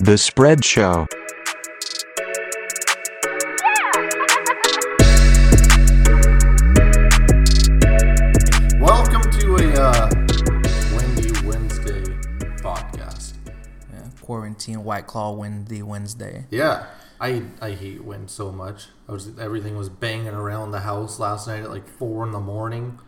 The Spread Show. Welcome to a uh, Wendy Wednesday podcast. Yeah, quarantine White Claw Wednesday Wednesday. Yeah, I I hate wind so much. I was everything was banging around the house last night at like four in the morning.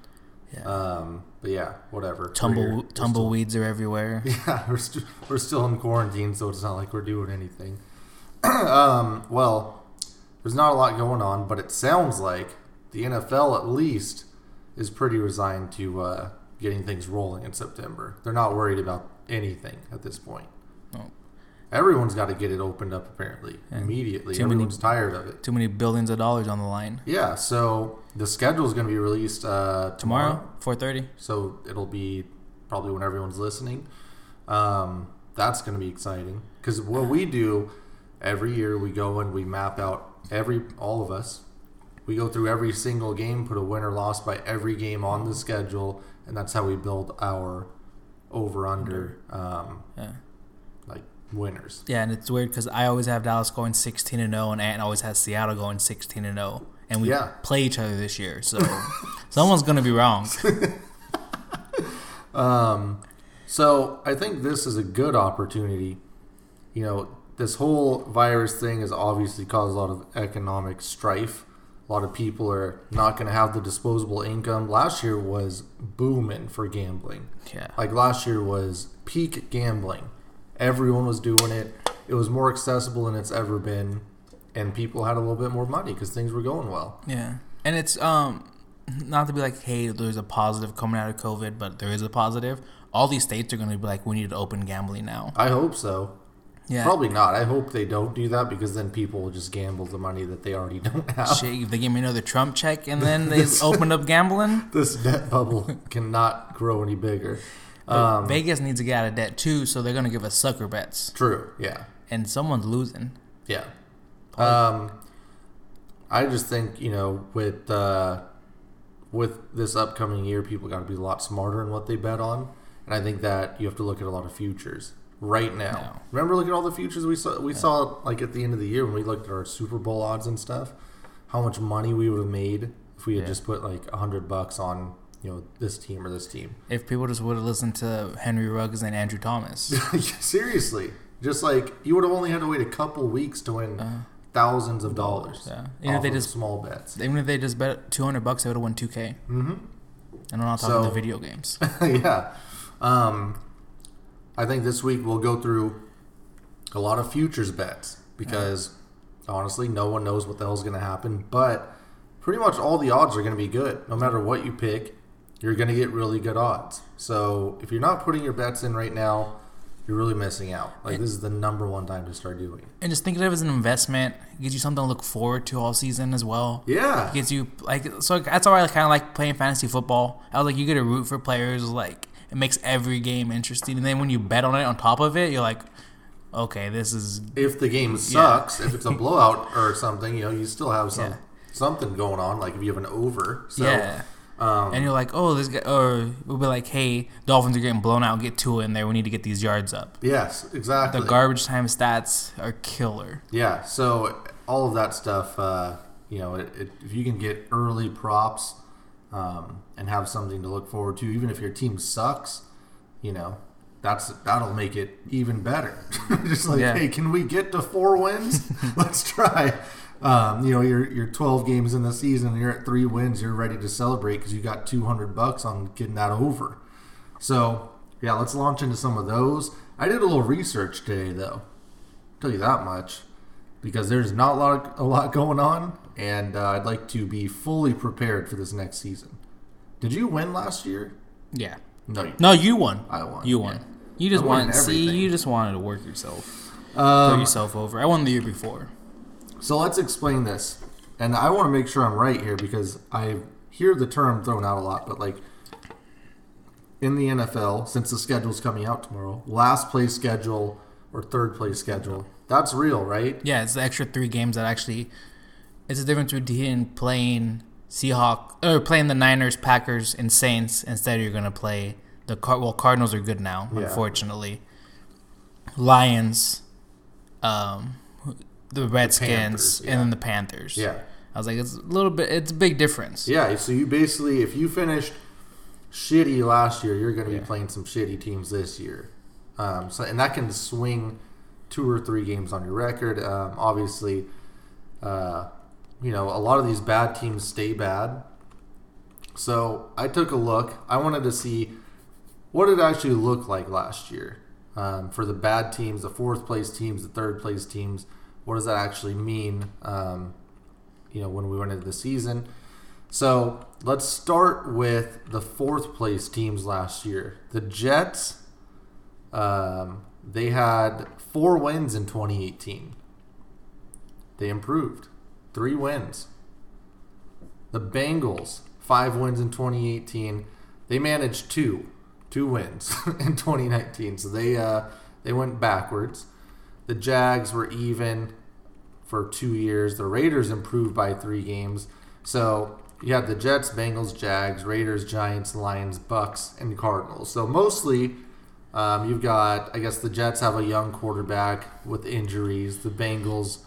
Yeah. Um, but yeah, whatever. We're here. Tumble We're tumbleweeds are everywhere. still- yeah, we're st- we're still in quarantine, so it's not like we're doing anything. um, well, there's not a lot going on, but it sounds like the NFL at least is pretty resigned to uh, getting things rolling in September. They're not worried about anything at this point. No. Everyone's got to get it opened up apparently immediately. Too many- Everyone's tired of it. Too many billions of dollars on the line. Yeah, so the schedule is going to be released uh, Tomorrow, four thirty. so it'll be probably when everyone's listening. Um, that's going to be exciting because what we do every year, we go and we map out every all of us. We go through every single game, put a win or loss by every game on the schedule, and that's how we build our over under um, Yeah. like winners. Yeah, and it's weird because I always have Dallas going sixteen and zero, and Ant always has Seattle going sixteen and zero, and we Yeah. play each other this year, so someone's gonna be wrong. So I think this is a good opportunity. You know, this whole virus thing has obviously caused a lot of economic strife. A lot of people are not going to have the disposable income. Last year was booming for gambling. Yeah. Like last year was peak gambling. Everyone was doing it. It was more accessible than it's ever been. And people had a little bit more money because things were going well. Yeah, and it's um, not to be like, hey, there's a positive coming out of COVID, but there is a positive. All these states are gonna be like, we need to open gambling now. I hope so. Yeah, Uh, Probably not. I hope they don't do that because then people will just gamble the money that they already don't have. Shit, if they give me another Trump check and then they opened up gambling, this debt bubble cannot grow any bigger. Um, Vegas needs to get out of debt too, so they're gonna give us sucker bets, True. Yeah. and someone's losing. Yeah. Um, I just think you know with uh, with this upcoming year, people got to be a lot smarter in what they bet on, and I think that you have to look at a lot of futures right now. No. Remember, look at all the futures we saw. We saw like at the end of the year when we looked at our Super Bowl odds and stuff, how much money we would have made if we had just put like a hundred bucks on you know this team or this team. If people just would have listened to Henry Ruggs and Andrew Thomas, Seriously, just like you would have only had to wait a couple weeks to win thousands of dollars. Uh-huh. Yeah. Yeah, Yeah, they they just- small bets. even if they just bet two hundred bucks, they would have won two k. Mm-hmm. And I'm not talking So- the video games. yeah, um, I think this week we'll go through a lot of futures bets because honestly, no one knows what the hell's going to happen. But pretty much all the odds are going to be good, no matter what you pick. You're going to get really good odds. So if you're not putting your bets in right now, you're really missing out. Like this is the number one time to start doing. it. and just think of it as an investment. It gives you something to look forward to all season as well. Yeah. Gets you like so that's why I kind of like playing fantasy football. I was like, you get to root for players. Like it makes every game interesting. And then when you bet on it, on top of it, you're like, okay, this is if the game sucks, if it's a blowout or something, you know, you still have some Yeah. something going on. Like if you have an over, so um, yeah. and you're like, oh, this guy, or we'll be like, hey, Dolphins are getting blown out. Get two in there. We need to get these yards up. yes, exactly. The garbage time stats are killer. yeah, so all of that stuff. Uh, you know, it, it, if you can get early props um, and have something to look forward to, even if your team sucks, you know, that's that'll make it even better. Just like, Yeah. hey, can we get to four wins? Let's try. Um, you know, you're you're 12 games in the season, you're at three wins, you're ready to celebrate because you got 200 bucks on getting that over. So yeah, let's launch into some of those. I did a little research today, though. Tell you that much, because there's not a lot a lot going on, and uh, I'd like to be fully prepared for this next season. Did you win last year? Yeah. No, you No, you won. I won, You won. yeah. You just I won want see. everything. Um, You just wanted to work yourself, throw yourself over. I won the year before. So let's explain this. And I want to make sure I'm right here because I hear the term thrown out a lot, but like in the NFL, since the schedule's coming out tomorrow, last place schedule or third place schedule, that's real, right? Yeah, it's the extra three games that actually. It's the difference between playing Seahawks or playing the Niners, Packers, and Saints. Instead, you're gonna play the Car. Well, Cardinals are good now, Yeah. unfortunately. Lions, um, the Redskins Panthers, and then the Panthers. Yeah. I was like, it's a little bit. It's a big difference. Yeah, so you basically, if you finished shitty last year, you're going to be playing some shitty teams this year. Um, so, and that can swing two or three games on your record. Um, obviously, uh, you know, a lot of these bad teams stay bad. So I took a look. I wanted to see what it actually looked like last year um, for the bad teams, the fourth place teams, the third place teams. What does that actually mean? Um, you know, when we went into the season. So let's start with the fourth place teams last year. The Jets, um, they had four wins in 2018. They improved, three wins. The Bengals, five wins in 2018. They managed two, two wins in 2019. So they uh, they went backwards. The Jags were even for two years. The Raiders improved by three games. So you had the Jets, Bengals, Jags, Raiders, Giants, Lions, Bucks, and Cardinals. So mostly um, you've got, I guess the Jets have a young quarterback with injuries. The Bengals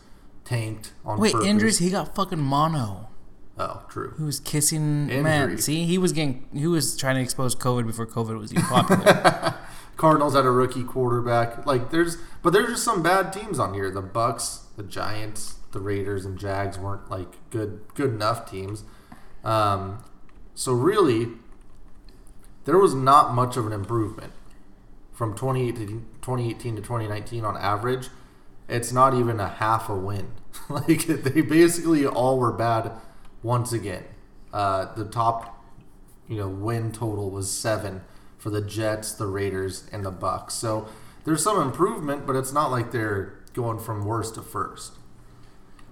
tanked on Wait, purpose. injuries. He got fucking mono. Oh, true. He was kissing Injury. man. See, he was getting. He was trying to expose COVID before COVID was even popular. Cardinals had a rookie quarterback. Like there's, but there's just some bad teams on here. The Bucks, the Giants, the Raiders, and Jags weren't like good good enough teams. Um, so really, there was not much of an improvement from 2018, 2018 to 2019 on average. It's not even a half a win. like they basically all were bad once again. Uh, the top, you know, win total was seven for the Jets, the Raiders, and the Bucks. So there's some improvement, but it's not like they're going from worst to first.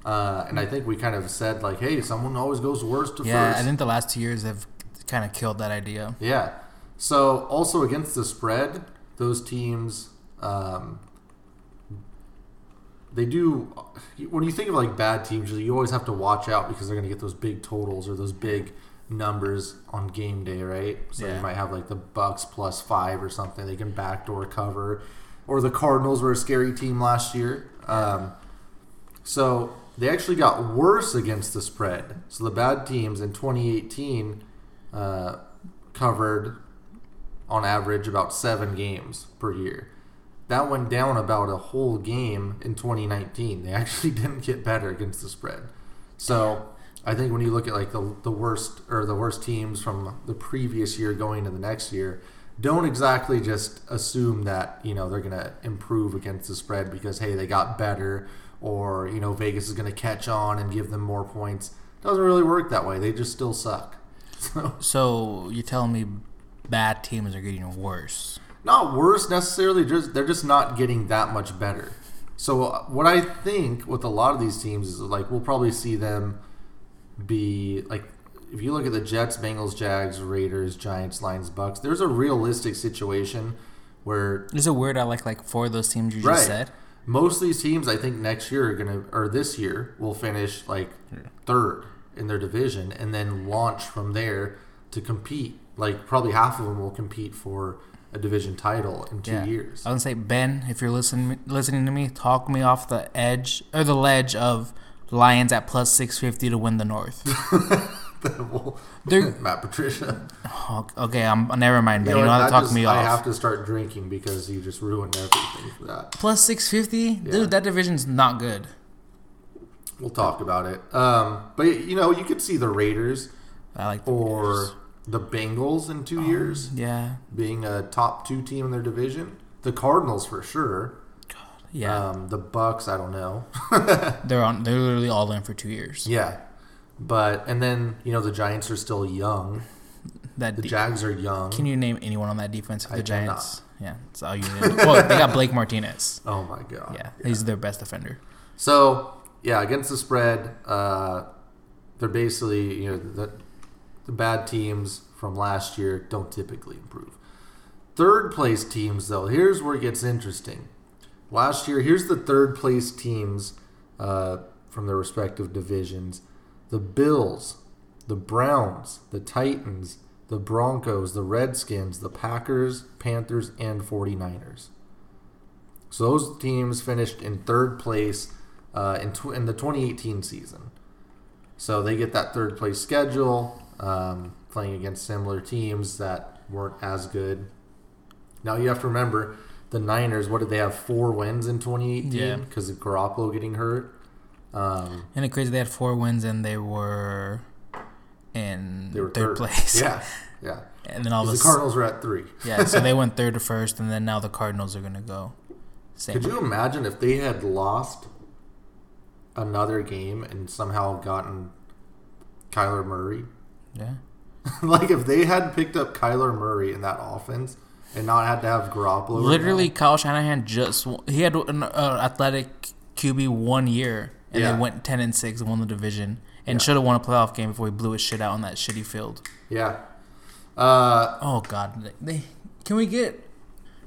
Uh, and I think we kind of said like, hey, someone always goes worst to yeah, first. I think the last two years have kind of killed that idea. Yeah. So also against the spread, those teams, um, they do. When you think of like bad teams, you always have to watch out because they're going to get those big totals or those big numbers on game day, right? So you Yeah. might have like the Bucks plus five or something. They can backdoor cover, or the Cardinals were a scary team last year. Um, so they actually got worse against the spread. So the bad teams in 2018 uh, covered on average about seven games per year. That went down about a whole game in 2019. They actually didn't get better against the spread. So I think when you look at like the, the worst or the worst teams from the previous year going to the next year, don't exactly just assume that you know they're going to improve against the spread because hey they got better or you know Vegas is going to catch on and give them more points. Doesn't really work that way. They just still suck. So So you're telling me bad teams are getting worse? not worse necessarily. Just they're just not getting that much better. So uh, what I think with a lot of these teams is like we'll probably see them be like if you look at the Jets, Bengals, Jags, Raiders, Giants, Lions, Bucks. There's a realistic situation where There's a word I like, like four of those teams you just Right. said. most of these teams, I think next year are gonna or this year will finish like third in their division and then launch from there to compete. Like probably half of them will compete for a division title in two Yeah. years. I would say Ben, if you're listening listening to me, talk me off the edge or the ledge of Lions at plus six fifty to win the North. Well, They're- Matt Patricia. Oh, okay, I'm never mind. Ben. You You know don't what, have that to talk just- me I off. have to start drinking because you just ruined everything for that. Plus six fifty, Yeah. dude. That division's not good. We'll talk about it. Um, but you know, you could see the Raiders I like. The or the Bengals in Oh. two years yeah, being a top two team in their division. The Cardinals for sure. yeah. Um, the Bucks, I don't know. they're on. They're literally all in for two years. yeah, but and then you know the Giants are still young. That The de- Jags are young. can you name anyone on that defense for the I cannot. Giants? Yeah, that's all you. Need. well, they got Blake Martinez. oh my god. Yeah, he's their best defender. So yeah, against the spread, uh, they're basically you know the the bad teams from last year don't typically improve. Third place teams though, here's where it gets interesting. Last year, here's the third place teams uh, from their respective divisions: the Bills, the Browns, the Titans, the Broncos, the Redskins, the Packers, Panthers, and 49ers. So those teams finished in third place uh, in, tw- in the 2018 season. So they get that third place schedule, um, playing against similar teams that weren't as good. Now you have to remember the Niners. What did they have? Four wins in 2018 Yeah. because of Garoppolo getting hurt. Um, And it crazy they had four wins and they were in they were third, place. Yeah, yeah. And then all of a The sudden, Cardinals were at three. yeah, so they went third to first, and then now the Cardinals are gonna go. Same. Could you imagine if they had lost another game and somehow gotten Kyler Murray? yeah. like if they had picked up Kyler Murray in that offense and not had to have Garoppolo, Literally, Kyle Shanahan just won- he had an uh, athletic QB one year, and Yeah. they went ten and six and won the division, and should have won a playoff game before he blew his shit out on that shitty field. yeah. Uh, Oh God, they can we get?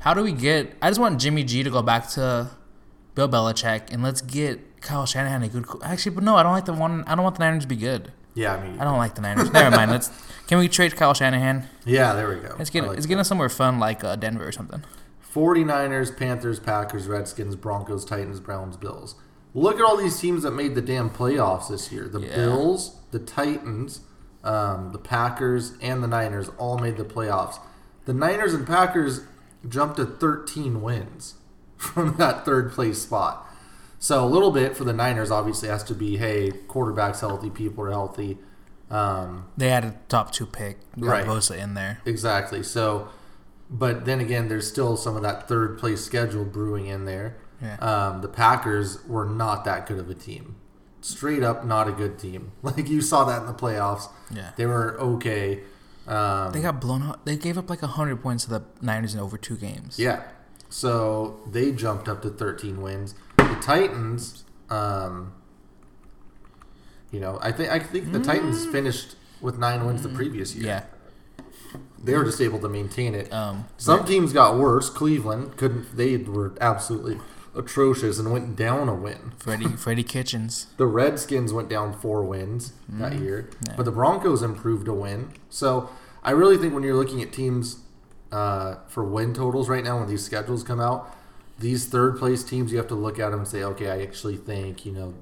How do we get? I just want Jimmy G to go back to Bill Belichick, and let's get Kyle Shanahan a good. co- Actually, but no, I don't like the one. I don't want the Niners to be good. yeah, I mean, I don't like the Niners. Never mind. Let's can we trade Kyle Shanahan? yeah, there we go. Let's get I like let's get him somewhere fun like uh, Denver or something. 49ers, Panthers, Packers, Redskins, Broncos, Titans, Browns, Bills. Look at all these teams that made the damn playoffs this year. The Yeah. Bills, the Titans, um, the Packers, and the Niners all made the playoffs. The Niners and Packers jumped to 13 wins from that third place spot. So a little bit for the Niners obviously has to be hey, quarterback's healthy, people are healthy. Um, They had a top two pick, got Right. Bosa in there. Exactly. So, but then again, there's still some of that third place schedule brewing in there. Yeah. Um, the Packers were not that good of a team. Straight up, not a good team. Like you saw that in the playoffs. Yeah, They were okay. Um, they got blown out. They gave up like hundred points to the Niners in over two games. yeah. So they jumped up to 13 wins. The Titans, um, you know, I think I think the Titans finished with nine wins the previous year. Mm. yeah. They were just able to maintain it. Um, Some teams got worse. Cleveland couldn't. They were absolutely atrocious and went down a win. Freddie Freddie Kitchens. The Redskins went down four wins Mm. that year, but the Broncos improved a win. So I really think when you're looking at teams uh, for win totals right now, when these schedules come out, these third place teams you have to look at them and say, okay, I actually think you know,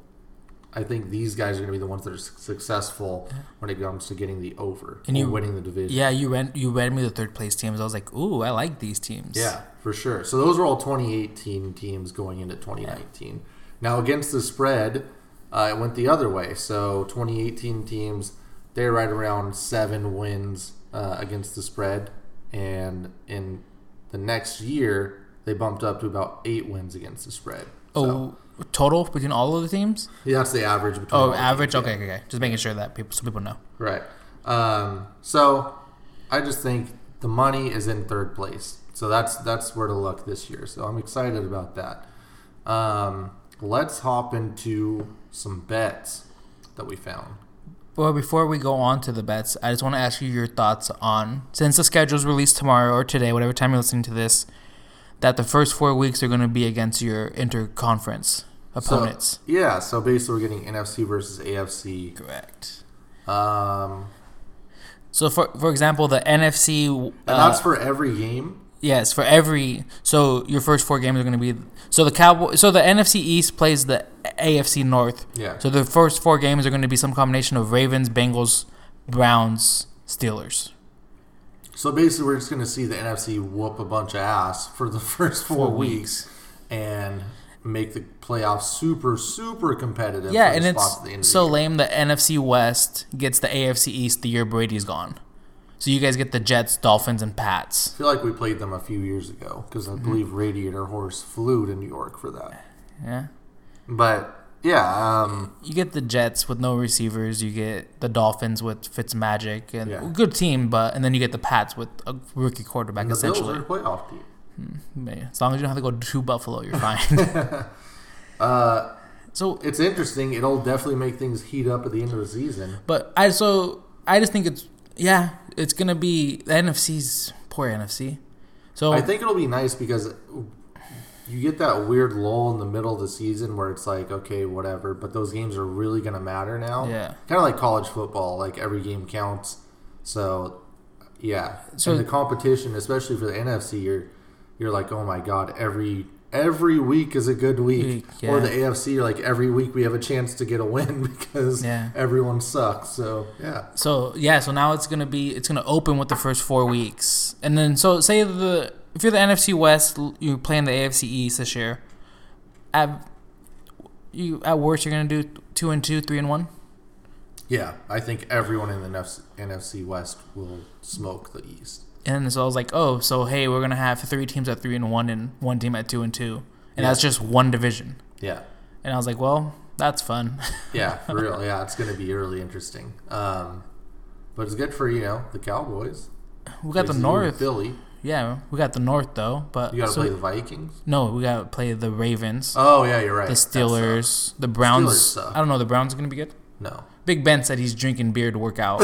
I think these guys are going to be the ones that are su- successful when it comes to getting the over And or you- winning the division. Yeah, you read you read me the third place teams. I was like, ooh, I like these teams. Yeah, for sure. So those are all 2018 teams going into 2019. Now against the spread, uh, it went the other way. So 2018 teams, they're right around seven wins uh, against the spread, and in the next year they bumped up to about eight wins against the spread. So, Oh, total between all of the teams. yeah, that's the average between. all Oh, the average. Okay, okay, okay. Just making sure that people so people know. Right. Um, so I just think the money is in third place. So that's that's where to look this year. So I'm excited about that. Um, let's hop into some bets that we found. Well, before we go on to the bets, I just want to ask you your thoughts on since the schedule's released tomorrow or today, whatever time you're listening to this, that the first four weeks are going to be against your So- interconference opponents. yeah. So basically, we're getting NFC versus AFC. Correct. Um, So, for for example, the NFC. and uh, that's for every game. Yes, for every so your first four games are going to be so the Cowboy so the NFC East plays the AFC North. Yeah. So the first four games are going to be some combination of Ravens, Bengals, Browns, Steelers. So basically, we're just going to see the NFC whoop a bunch of ass for the first four, Four weeks. and make the playoffs super, super competitive. Yeah, for and the spots at the end of it's the so year. lame the NFC West gets the AFC East the year Brady's gone. So you guys get the Jets, Dolphins, and Pats. I feel like we played them a few years ago because I believe Radiator Horse flew to New York for that. Yeah. But yeah, um, You get the Jets with no receivers. You get the Dolphins with Fitzmagic and Yeah. good team, but and then you get the Pats with a rookie quarterback the Bills essentially. are a playoff team. Man, as long as you don't have to go to Buffalo, you're fine. uh, Uh, so, It's interesting. It'll definitely make things heat up at the end of the season. but I so I just think it's yeah, it's gonna be the NFC's poor NFC. So I think it'll be nice because you get that weird lull in the middle of the season where it's like, okay, whatever, but those games are really going to matter now. Yeah. Kind of like college football, like every game counts. So, yeah. So- and the competition, especially for the NFC, you're, you're like, oh my God, every every week is a good week. Week, Or yeah. the AFC, you're like every week we have a chance to get a win because Yeah. everyone sucks. So yeah, So yeah, so now it's gonna be it's gonna open with the first four weeks, and then so say the if you're the NFC West, l- you're playing the AFC East this year. At you at worst, you're gonna do two and two, three and one. yeah. I think everyone in the NFC, NFC West will smoke the East. And so I was like, oh, so hey, we're gonna have three teams at three and one, and one team at two and two, and Yeah. that's just one division. Yeah. And I was like, well, that's fun. Yeah, for real. Yeah, it's going to be really interesting. Um, but it's good for you know the Cowboys. we got the Like, you, North, Philly. yeah, we got the North though, but You got to so- play the Vikings. no, we got to play the Ravens, Oh yeah, you're right. the That sucks. Steelers, the Browns. Steelers suck. I don't know, the Browns are gonna be good. No. Big Ben said he's drinking beer to work out,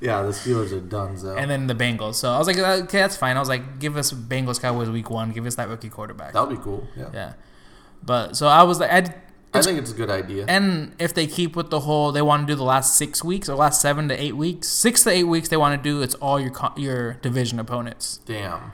Yeah, the Steelers are done though. and then the Bengals. So I was like, uh, okay, that's fine. I was like, give us Bengals Cowboys week one, give us that rookie quarterback. That'll be cool. Yeah. yeah, but so I was like, I I think it's a good idea. and if they keep with the whole, they want to do the last six weeks or last seven to eight weeks, six to eight weeks, they want to do it's all your co- your division opponents. Damn.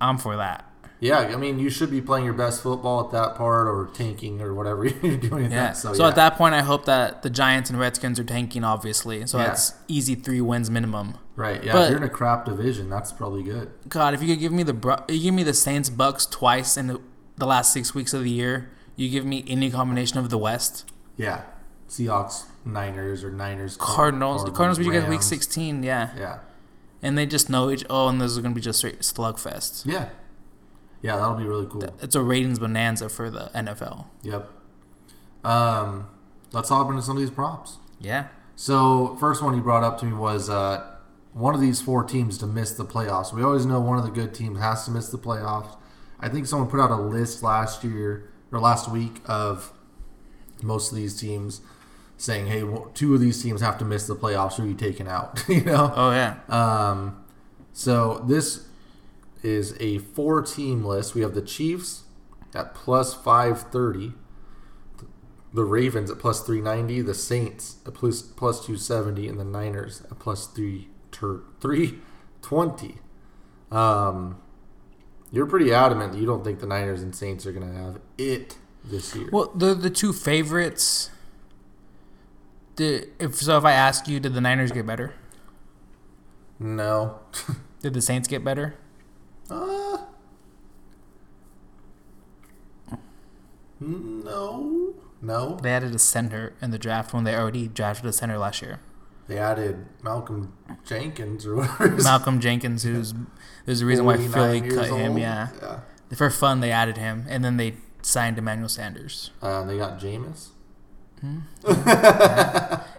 I'm for that. Yeah, I mean, you should be playing your best football at that part, or tanking, or whatever you're doing. at Yeah. that. So, So, yeah. at that point, I hope that the Giants and Redskins are tanking, obviously. So Yeah. that's easy three wins minimum. right, yeah, but- if you're in a crap division, that's probably good. God, if you could give me the Bru- you give me the Saints Bucks twice in the, the last six weeks of the year, you give me any combination of the West Yeah, Seahawks, Niners, or Niners, Card- Cardinals. The Cardinals, we get week Rams. sixteen, yeah, Yeah, and they just know each. Oh, and this is gonna be just straight slugfest. yeah, yeah, that'll be really cool. It's a ratings bonanza for the NFL. Yep. Um, let's hop into some of these props. Yeah, So, first one you brought up to me was uh, one of these four teams to miss the playoffs. We always know one of the good teams has to miss the playoffs. I think someone put out a list last year or last week of most of these teams saying, "Hey, well, two of these teams have to miss the playoffs. Who are you taking out?" you know. Oh yeah. Um, so this is a four-team list. We have the Chiefs at plus five thirty, the Ravens at plus three ninety, the Saints at plus plus two seventy, and the Niners at plus three ter- three twenty. Um, you're pretty adamant that you don't think the Niners and Saints are going to have it this year. Well, the the two favorites. The if so, if I ask you, did the Niners get better? no. Did the Saints get better? Uh, no. No. They added a center in the draft when they already drafted a center last year. They added Malcolm Jenkins or whatever. his- Malcolm Jenkins, who's there's a reason why 49 Philly years cut him. old. Yeah, yeah. for fun they added him, and then they signed Emmanuel Sanders, Uh, they got Jameis.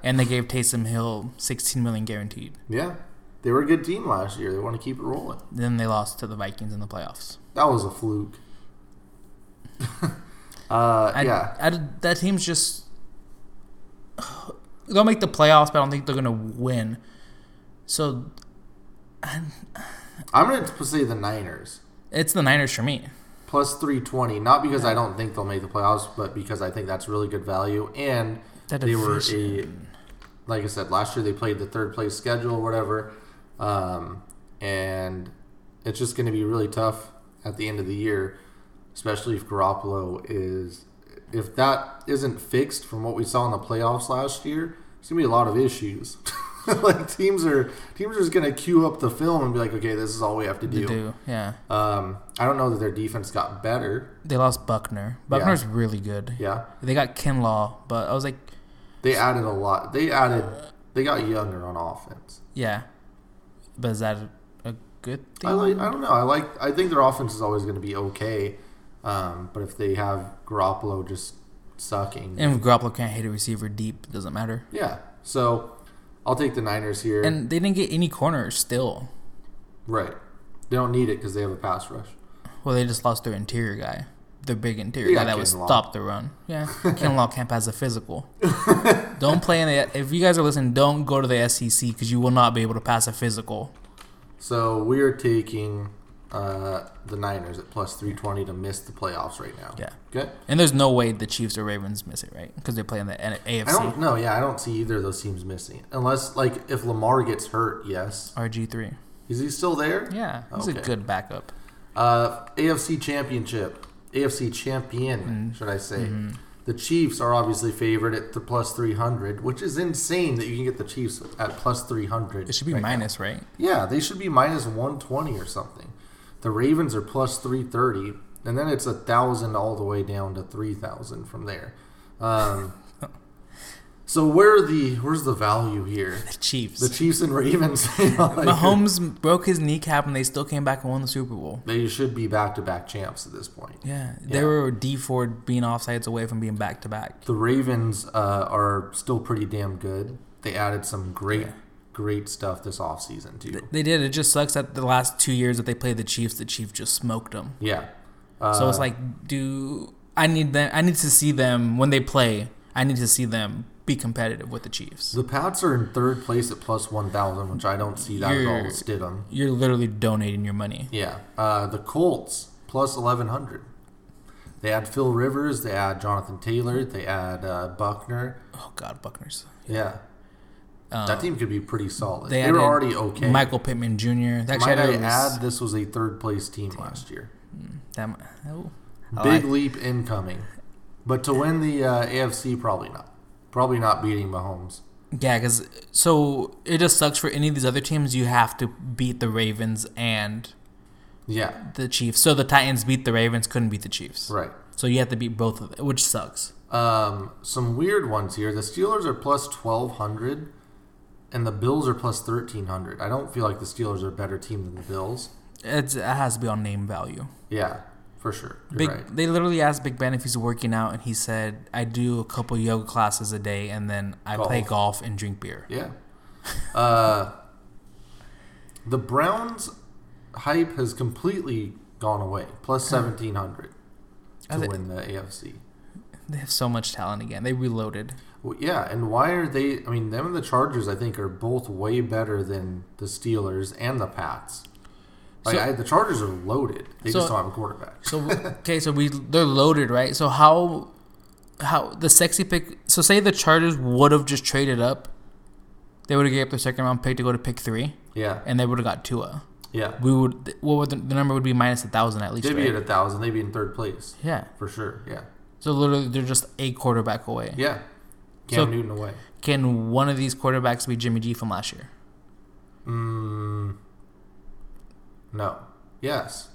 and they gave Taysom Hill 16 million guaranteed. Yeah. They were a good team last year. They want to keep it rolling. Then they lost to the Vikings in the playoffs. That was a fluke. uh, I, yeah. I, that team's just they'll make the playoffs, but I don't think they're gonna win. So I'm going to say the Niners. it's the Niners for me. Plus 320. Not because I don't think they'll make the playoffs, but because I think that's really good value. And That they were a division. like I said last year they played the third place schedule or whatever, um, and it's just going to be really tough at the end of the year, especially if Garoppolo is if that isn't fixed from what we saw in the playoffs last year. It's going to be a lot of issues. like teams are teams are just going to queue up the film and be like, okay, this is all we have to They do. do yeah. Um, I don't know that their defense got better. They lost Buckner. Buckner's really good. Yeah, They got Kinlaw, but I was like, they added a lot. They added they got younger on offense. yeah. But is that a good thing? I like. I don't know. I like. I think their offense is always going to be okay, um, but if they have Garoppolo just sucking, and if Garoppolo can't hit a receiver deep, it doesn't matter. yeah. So I'll take the Niners here. And they didn't get any corners still. right, they don't need it because they have a pass rush. Well, they just lost their interior guy, their big interior They guy got that would Kinlaw. stop the run. Yeah, Kinlaw camp has a physical. don't play in the. If you guys are listening, don't go to the SEC because you will not be able to pass a physical. So we are taking uh, the Niners at plus three twenty to miss the playoffs right now. Yeah. Okay. And there's no way the Chiefs or Ravens miss it, right? Because they play in the N- I don't AFC know. Yeah, I don't see either of those teams missing unless like if Lamar gets hurt. Yes, RG three. is he still there? Yeah, he's a Okay. good backup. Uh, AFC Championship, AFC Champion, Mm-hmm. should I say? The Chiefs are obviously favored at the plus three hundred, which is insane that you can get the Chiefs at plus three hundred. It should be minus, right? Yeah, they should be minus 120 or something. The Ravens are plus 330, and then it's a thousand all the way down to 3,000 from there. Um, so where are the where's the value here? The Chiefs. The Chiefs and Ravens. you know, like, Mahomes broke his kneecap and they still came back and won the Super Bowl. They should be back to back champs at this point. Yeah, they were D Ford being offsides away from being back to back. The Ravens uh, are still pretty damn good. They added some great, great stuff this offseason, too. They did. It just sucks that the last two years that they played the Chiefs, the Chiefs just smoked them. yeah. Uh, so it's like, do I need them? I need to see them when they play. I need to see them be competitive with the Chiefs. The Pats are in third place at plus 1,000, which I don't see that at all. You're- It's Stidham. You're literally donating your money. Yeah. Uh, the Colts plus 1100. They add Phil Rivers. They add Jonathan Taylor. They add uh, Buckner. Oh God, Buckner's. Yeah. that team could be pretty solid. Um, They They, were added already okay. Michael Pittman Jr. Actually, Might I I was, add, this was a third place team last year. that mi- oh, I Big like- leap incoming. But to win the uh, AFC, probably not. Probably not beating Mahomes. Yeah, because so it just sucks for any of these other teams. You have to beat the Ravens and Yeah. the Chiefs. So the Titans beat the Ravens, couldn't beat the Chiefs. Right. So you have to beat both of them, which sucks. Um, some weird ones here. The Steelers are plus twelve hundred, and the Bills are plus thirteen hundred. I don't feel like the Steelers are a better team than the Bills. It's, it has to be on name value. Yeah, for sure. You're Big, right. They literally asked Big Ben if he's working out, and he said, "I do a couple yoga classes a day, and then I play golf and drink beer." Yeah. Uh, the Browns hype has completely gone away. Plus seventeen hundred Are to they- win the AFC. They have so much talent again. They reloaded. Well, yeah, and why are they? I mean, them and the Chargers, I think, are both way better than the Steelers and the Pats. Like, So- I, the Chargers are loaded. They just So- don't have a quarterback. So okay, so we they're loaded, right? So how how the sexy pick? So say the Chargers would have just traded up, they would have gave up their second round pick to go to pick three, Yeah, and they would have got Tua. yeah. We would what would the, the number would be minus a thousand at least, They'd be right? at a thousand. They'd be in third place yeah. for sure. Yeah, So literally, they're just a quarterback away. yeah. Cam So- Newton away. Can one of these quarterbacks be Jimmy G from last year? Mm, no. Yes.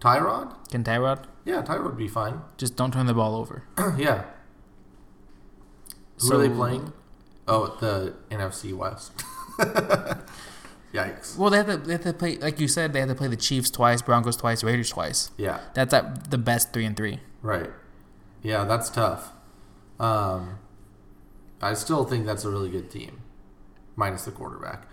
Tyrod? Can Tyrod Yeah, Tyrod would be fine. just don't turn the ball over? yeah. Who are they So- playing? Oh, the NFC West. Yikes. Well, they have to they have to play like you said. They have to play the Chiefs twice, Broncos twice, Raiders twice. Yeah. That's at the best three and three. Right. Yeah, that's tough. Um, I still think that's a really good team, minus the quarterback.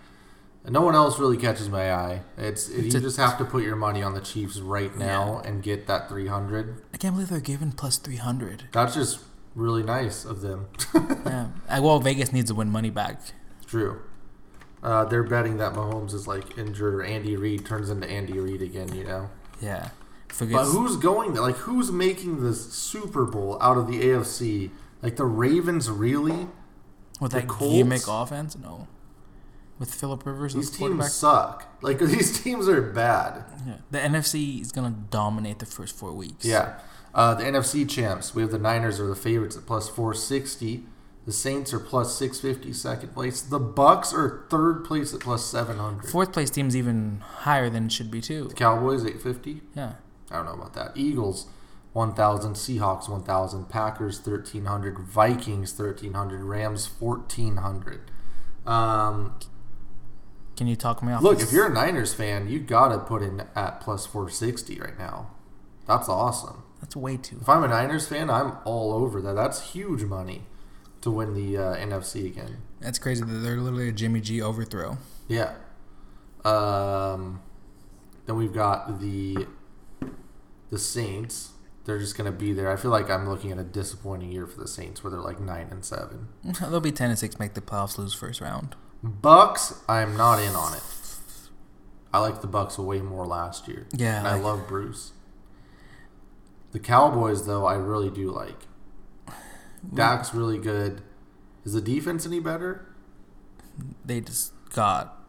And no one else really catches my eye. It's, you a- just have to put your money on the Chiefs right now and get that three hundred. I can't believe they're given plus three hundred. That's just really nice of them. Yeah. Uh, Well, Vegas needs to win money back. True. Uh, they're betting that Mahomes is like injured. or Andy Reid turns into Andy Reid again. You know. Yeah. But Forgets. who's going there? Like, who's making the Super Bowl out of the AFC? Like the Ravens, really? with the that Colts? gimmick offense? No. With Philip Rivers as These the teams quarterback? suck. Like these teams are bad. Yeah. The NFC is going to dominate the first four weeks. Yeah. Uh, the NFC champs. We have the Niners are the favorites at plus four sixty. The Saints are plus six fifty second place. The Bucks are third place at plus seven hundred. Fourth place team's even higher than it should be, too. Cowboys eight fifty. Yeah. I don't know about that. Eagles, 1,000. Seahawks, 1,000. Packers, 1,300. Vikings, 1,300. Rams, 1,400. Um, Can you talk me off? look, this? if you're a Niners fan, you got to put in at plus 460 right now. That's awesome. That's way too. If I'm a Niners fan, I'm all over that. That's huge money to win the uh, NFC again. That's crazy that they're literally a Jimmy G overthrow. Yeah. Um, then we've got the the Saints. They're just going to be there. I feel like I'm looking at a disappointing year for the Saints, where they're like nine and seven. They'll be 10 and 6, make the playoffs, lose first round. Bucks, I'm not in on it. I like the Bucks way more last year. Yeah, and I like- love Bruce. The Cowboys, though, I really do like. Dak's really good. Is the defense any better? They just got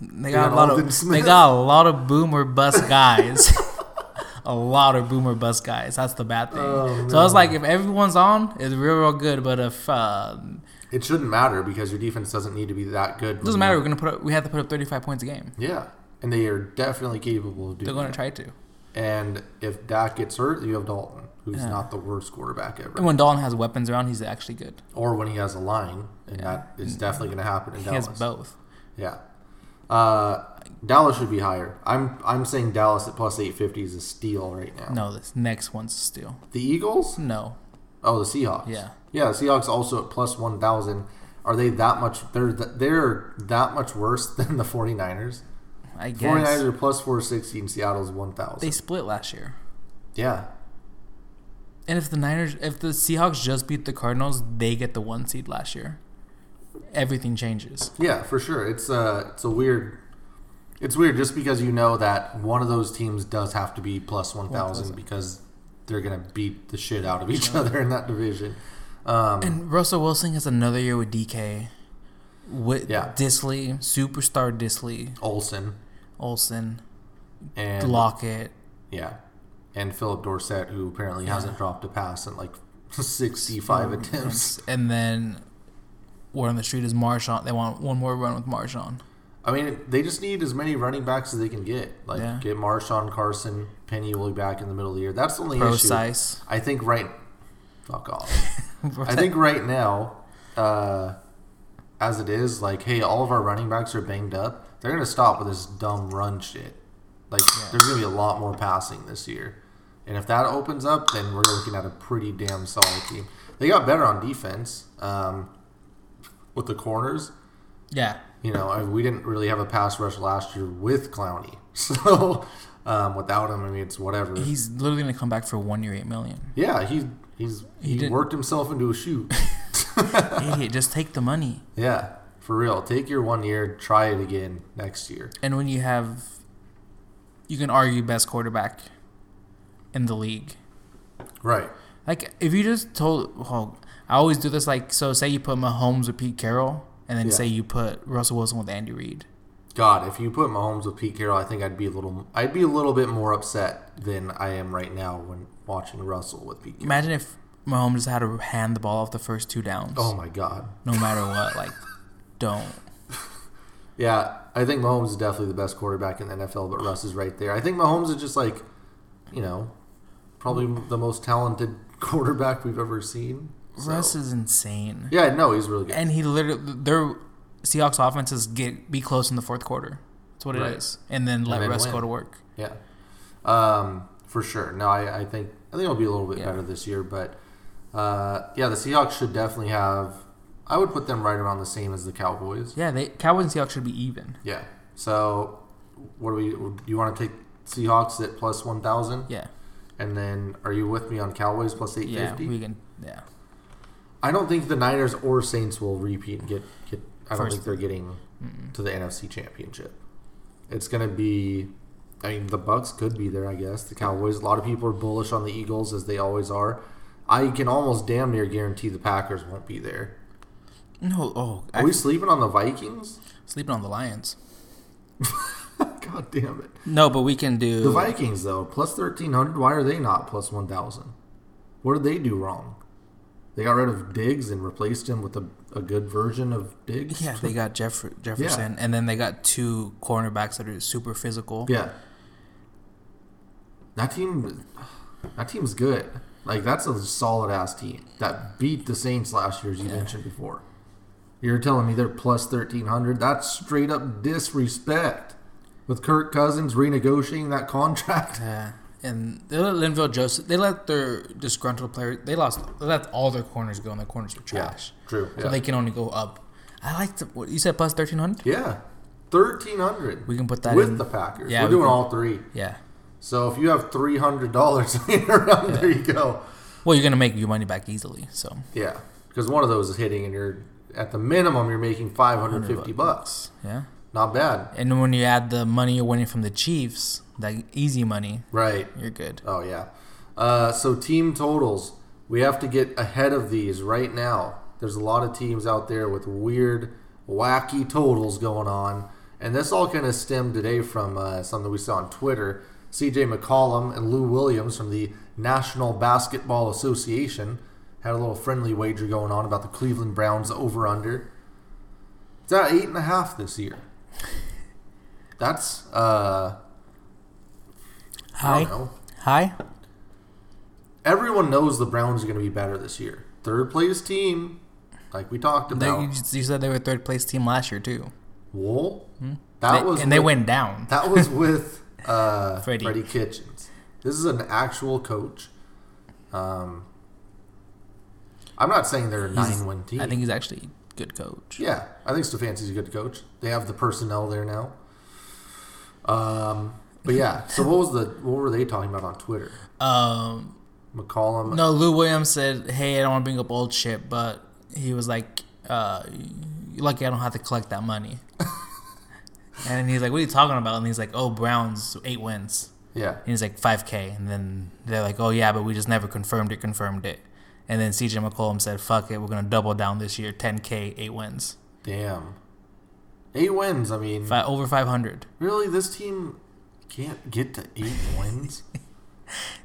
They got got a lot Alden of they Smith. got a lot of boomer bust guys. a lot of boomer bust guys. That's the bad thing. Oh, so I was no. like, if everyone's on, it's real, real good. But if uh, It shouldn't matter because your defense doesn't need to be that good. it doesn't matter, we're gonna put up, we have to put up 35 points a game. Yeah, and they are definitely capable of They're doing. gonna That. try to. And if Dak gets hurt, you have Dalton, who's Yeah. not the worst quarterback ever. And when Dalton has weapons around, he's actually good. or when he has a line, and that is definitely going to happen in Mm-hmm. He Dallas. has both. Yeah, uh, Dallas should be higher. I'm I'm saying Dallas at plus eight fifty is a steal right now. No, this next one's a steal. The Eagles? No, Oh, the Seahawks. Yeah. yeah. The Seahawks also at plus one thousand. Are they that much? They're th- they're that much worse than the 49ers. I guess 49ers are plus 460 and Seattle's 1,000. they split last year. yeah. And if the Niners, if the Seahawks just beat the Cardinals, they get the one seed last year. Everything changes. Yeah, for sure. It's uh it's a weird it's weird just because you know that one of those teams does have to be plus 1000 because they're going to beat the shit out of each other in that division. Um And Russell Wilson has another year with DK, with Yeah. Disley, superstar Disley, Olsen Olsen, and Lockett. yeah. And Philip Dorsett who apparently hasn't dropped a pass in like Oh, 65 attempts. and then word on the street is Marshawn. They want one more run with Marshawn. I mean, they just need as many running backs as they can get. Like Yeah. get Marshawn Carson, Penny will be back in the middle of the year. That's the only issue. Procise. I think right. Fuck off. I think right now, uh, as it is, like, hey, all of our running backs are banged up. They're gonna stop with this dumb run shit. Like, there's gonna be a lot more passing this year, and if that opens up, then we're looking at a pretty damn solid team. They got better on defense um, with the corners. yeah. You know, I, we didn't really have a pass rush last year with Clowney, so um, without him, I mean, it's whatever. He's literally gonna come back for one year, eight million. Yeah, he he's He he, didn't- worked himself into a shoot. Idiot, just take the money. yeah, for real. Take your one year, try it again next year. And when you have, you can argue best quarterback in the league. Right. Like if you just told, oh, I always do this. Like so, say you put Mahomes with Pete Carroll, and then Yeah. say you put Russell Wilson with Andy Reid. God, if you put Mahomes with Pete Carroll, I think I'd be a little I'd be a little bit more upset than I am right now when watching Russell with Pete Carroll. Imagine if Mahomes just had to hand the ball off the first two downs, Oh my god. no matter what. Like, don't. Yeah, I think Mahomes is definitely the best quarterback in the NFL, but Russ is right there. I think Mahomes is just like, you know, probably the most talented quarterback we've ever seen. So- Russ is insane, Yeah, no, he's really good. and he literally their Seahawks offenses get be close in the fourth quarter. That's what Right. it is, and then let then Russ go win. to work. Yeah, um, for sure. No, I, I think I think it'll be a little bit Yeah. better this year, but uh, yeah, the Seahawks should definitely have. I would put them right around the same as the Cowboys. Yeah, they Cowboys and Seahawks should be even. Yeah. So, what do we? Do you want to take Seahawks at plus one thousand, Yeah. and then are you with me on Cowboys plus eight Yeah, fifty? we can. Yeah, I don't think the Niners or Saints will repeat and get get. I don't First. think they're getting to the NFC Championship. It's going to be. I mean, the Bucks could be there. I guess the Cowboys. A lot of people are bullish on the Eagles as they always are. I can almost damn near guarantee the Packers won't be there. No, oh, Are I we sleeping on the Vikings? sleeping on the Lions. God damn it! No, but we can do. The Vikings though, plus thirteen hundred. Why are they not plus one thousand? What did they do wrong? They got rid of Diggs and replaced him with a, a good version of Diggs. yeah, they got Jeff- Jefferson, and then they got two cornerbacks that are super physical. Yeah. That team that team's good. Like that's a solid ass team that beat the Saints last year as you mentioned before. You're telling me they're plus thirteen hundred? That's straight up disrespect. With Kirk Cousins renegotiating that contract. Yeah. Uh, And they let Linville Joseph. They let their disgruntled players. They lost. They let all their corners go, and their corners were trash. True. So they can only go up. I like the. What, you said plus thirteen hundred. yeah. Thirteen hundred. We can put that with in. the Packers. Yeah, We're we doing can- all three. Yeah. So if you have three hundred dollars laying around, there you go. Well, you're gonna make your money back easily. So Yeah. Because one of those is hitting and you're at the minimum you're making five hundred fifty bucks. yeah. Not bad. And then when you add the money you're winning from the Chiefs, that easy money, Right. you're good. Oh yeah. Uh, so team totals, we have to get ahead of these right now. There's a lot of teams out there with weird, wacky totals going on, And this all kind of stemmed today from uh, something we saw on Twitter. CJ McCollum and Lou Williams from the National Basketball Association had a little friendly wager going on about the Cleveland Browns over under. It's at eight and a half this year. That's uh, I don't Hi. know. Hi. Everyone knows the Browns are going to be better this year. Third place team, like we talked They, about. you, just- you said they were third place team last year too. Wool. That Hmm? They- was and they with- went down. That was with uh, Freddie. Freddie. Kitchens. This is an actual coach. Um, I'm not saying they're a He's- nine-win team. I think he's actually a good coach. Yeah, I think Stefanski's a good coach. They have the personnel there now. Um, but yeah. So what was the what were they talking about on Twitter? Um, McCollum. No, Lou Williams said, "Hey, I don't want to bring up old shit," but he was like, uh, "You're lucky I don't have to collect that money." and he's like, "What are you talking about?" And he's like, "Oh, Browns eight wins." Yeah. And he's like, 5K." And then they're like, "Oh yeah, but we just never confirmed it. Confirmed it." And then CJ McCollum said, "Fuck it, we're gonna double down this year. 10K, eight wins, Damn. Eight wins. I mean, Fi over 500." really, this team can't get to eight wins.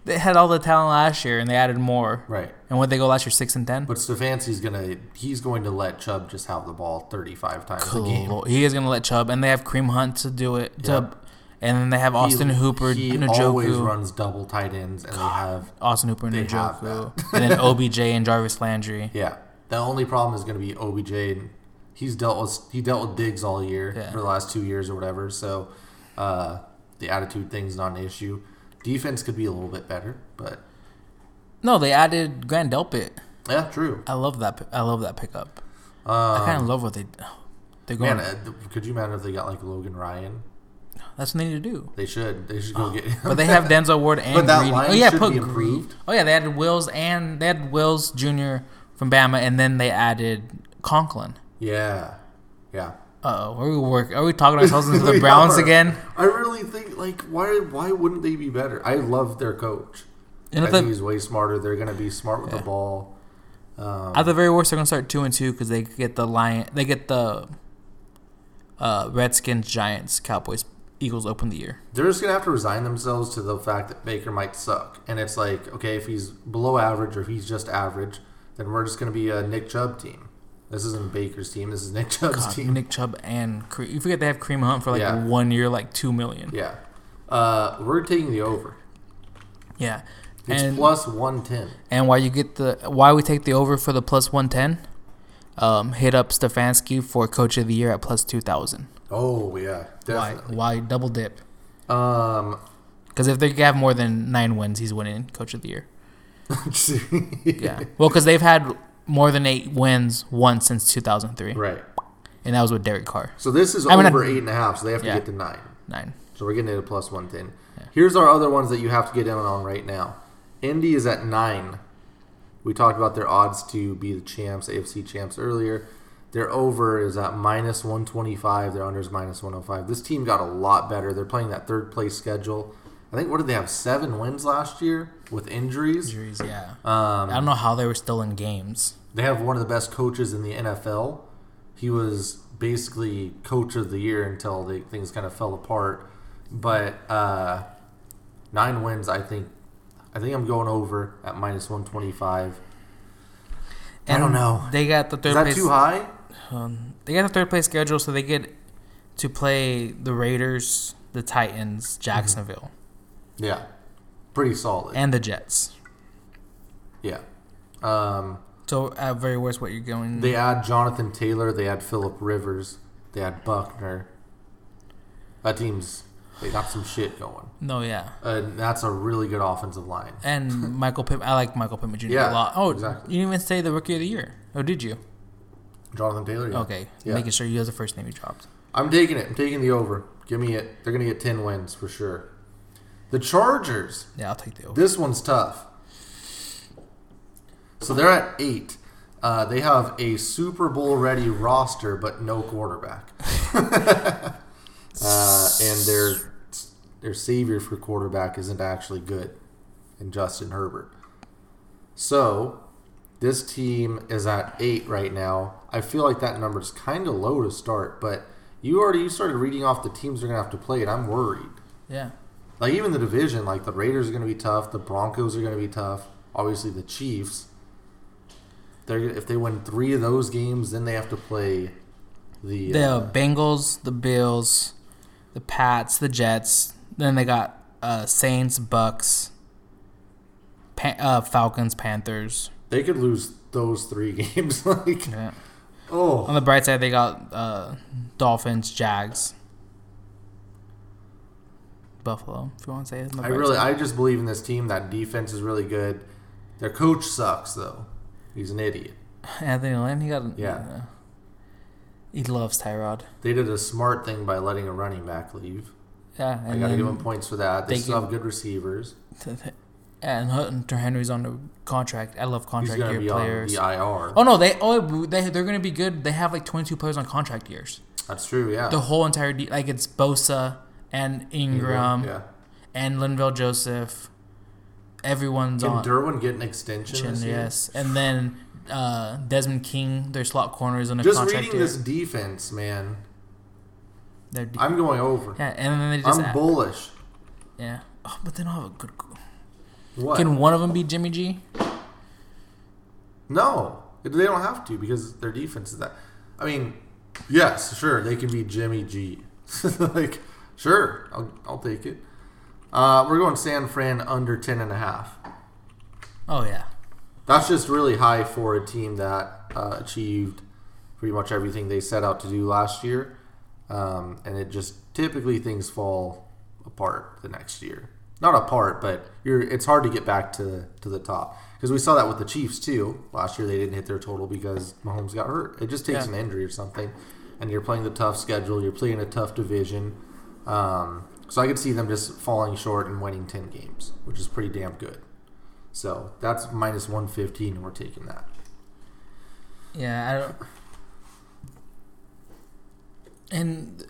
They had all the talent last year, and they added more. Right. And what they go last year, six and ten. But Stefanski's gonna he's going to let Chubb just have the ball thirty five times a game. Cool. He is going to let Chubb, and they have Cream Hunt to do it. to- Yep. and then they have Austin he, Hooper, he always Njoku. runs double tight ends, and they have Austin Hooper, They and have Njoku. and then OBJ and Jarvis Landry. yeah. The only problem is gonna be OBJ. and He's dealt with he dealt with Diggs all year Yeah. for the last two years or whatever. So uh, the attitude thing's not an issue. Defense could be a little bit better, but No, they added Grand Delpit. yeah, true. I love that. pi- I love that pickup. I Uh, kind of love what they. They're going. man, uh, could you imagine if they got like Logan Ryan? that's what they need to do. They should. They should go get. Him. Oh. But they have Denzel Ward and But that Greedy. line oh yeah, should put be Gre- improved. Oh yeah, they added Wills and they had Wills Jr. from Bama, and then they added Conklin. yeah, yeah. Uh oh, are we work? Are we talking ourselves into the We Browns are. again? I really think like why why wouldn't they be better? I love their coach. And I if think the- he's way smarter. They're gonna be smart with the ball. Um, At the very worst, they're gonna start two and two because they get the lion, they get the uh, Redskins, Giants, Cowboys, Eagles open the year. they're just gonna have to resign themselves to the fact that Baker might suck. And it's like okay, if he's below average or if he's just average, then we're just gonna be a Nick Chubb team. This isn't Baker's team. This is Nick Chubb's God, team. Nick Chubb and Cre- you forget they have Cream Hunt for like Yeah. one year, like two million. Yeah, Yeah, uh, we're taking the over. It's and plus one ten. and why you get the why we take the over for the plus one ten? Um, hit up Stefanski for Coach of the Year at plus two thousand. Oh yeah, Why? definitely. Why double dip? Um, Because if they have more than nine wins, he's winning Coach of the Year. Yeah. well, because they've had more than eight wins once since two thousand three, right. and that was with Derek Carr. So this is I mean, I- over eight and a half, so they have to Yeah. get to nine. Nine. So we're getting it at plus one ten. Here's our other ones that you have to get in on right now. Indy is at nine. We talked about their odds to be the champs, AFC champs earlier. Their over is at minus one twenty five. Their under is minus one hundred five. This team got a lot better. They're playing that third place schedule. I think what did they have? Seven wins last year with injuries. Injuries, yeah. Um, I don't know how they were still in games. They have one of the best coaches in the NFL. He was basically coach of the year until they, things kind of fell apart. But uh, nine wins, I think. I think I'm going over at minus one twenty five. I don't know. They got the Is third that place. too high? Um, they got the third place schedule, so they get to play the Raiders, the Mhm. Titans, Jacksonville, Yeah, pretty solid. and the Jets. yeah. Um, So at very worst, what you're going? they add Jonathan Taylor. They add Philip Rivers. They add Buckner. That team's they got some shit going, no, yeah. and that's a really good offensive line. And Michael Pittman. I like Michael Pittman Jr. Yeah, a lot. Oh, exactly. you didn't even say the Rookie of the Year. Oh, did you? Jonathan Taylor. yeah. Okay, Yeah. making sure you have the first name you dropped. I'm taking it. I'm taking the over. Give me it. They're going to get 10 wins for sure. The Chargers. Yeah, I'll take the over. This one's tough. So they're at eight. Uh, they have a Super Bowl ready roster, but no quarterback. uh, and their their savior for quarterback isn't actually good, in Justin Herbert. So this team is at eight right now. I feel like that number's kind of low to start, but You already you started reading off the teams they're gonna have to play, and I'm worried. Yeah. Like even the division, like the Raiders are gonna be tough. The Broncos are gonna be tough. Obviously, the Chiefs. They're if they win three of those games, then they have to play the. uh, The Bengals, the Bills, the Pats, the Jets. Then they got uh, Saints, Bucks, Pan- uh, Falcons, Panthers. they could lose those three games. like Yeah. oh, On the bright side, they got uh, Dolphins, Jags, Buffalo. If you want to say it. on the I bright really, side. I just believe in this team. That defense is really good. Their coach sucks though. He's an idiot. Anthony Lynn. He got. Yeah. uh, he loves Tyrod. They did a smart thing by letting a running back leave. Yeah, and I got to then, give them points for that. They, they still give- have good receivers. and Hunter Henry's on the contract. I love He's contract going to year be players. on the IR. Oh no, they oh they they're gonna be good. They have like 22 players on contract years. That's true. Yeah. The whole entire de- like it's Bosa and Ingram Yeah. and Linville Joseph. Everyone's Can on. Derwin get an extension? Chin, this year? yes, and then uh, Desmond King, their slot corner is on a Just contract reading year. this defense, man. They're de- I'm going over. yeah, and then they just I'm add- bullish. yeah. Oh, but they don't have a good. What? Can one of them be Jimmy G? No, they don't have to because their defense is that. I mean, yes, sure, they can be Jimmy G. like, sure, I'll, I'll take it. Uh, we're going San Fran under ten and a half. Oh yeah, That's just really high for a team that uh, achieved pretty much everything they set out to do last year, um, and it just typically things fall apart the next year. Not apart, but you're it's hard to get back to to the top because we saw that with the Chiefs too. Last year they didn't hit their total because Mahomes got hurt. It just takes Yeah. an injury or something, and you're playing the tough schedule. You're playing a tough division. Um, so I could see them just falling short and winning ten games, which is pretty damn good. So that's minus 115, and we're taking that. yeah. I don't. And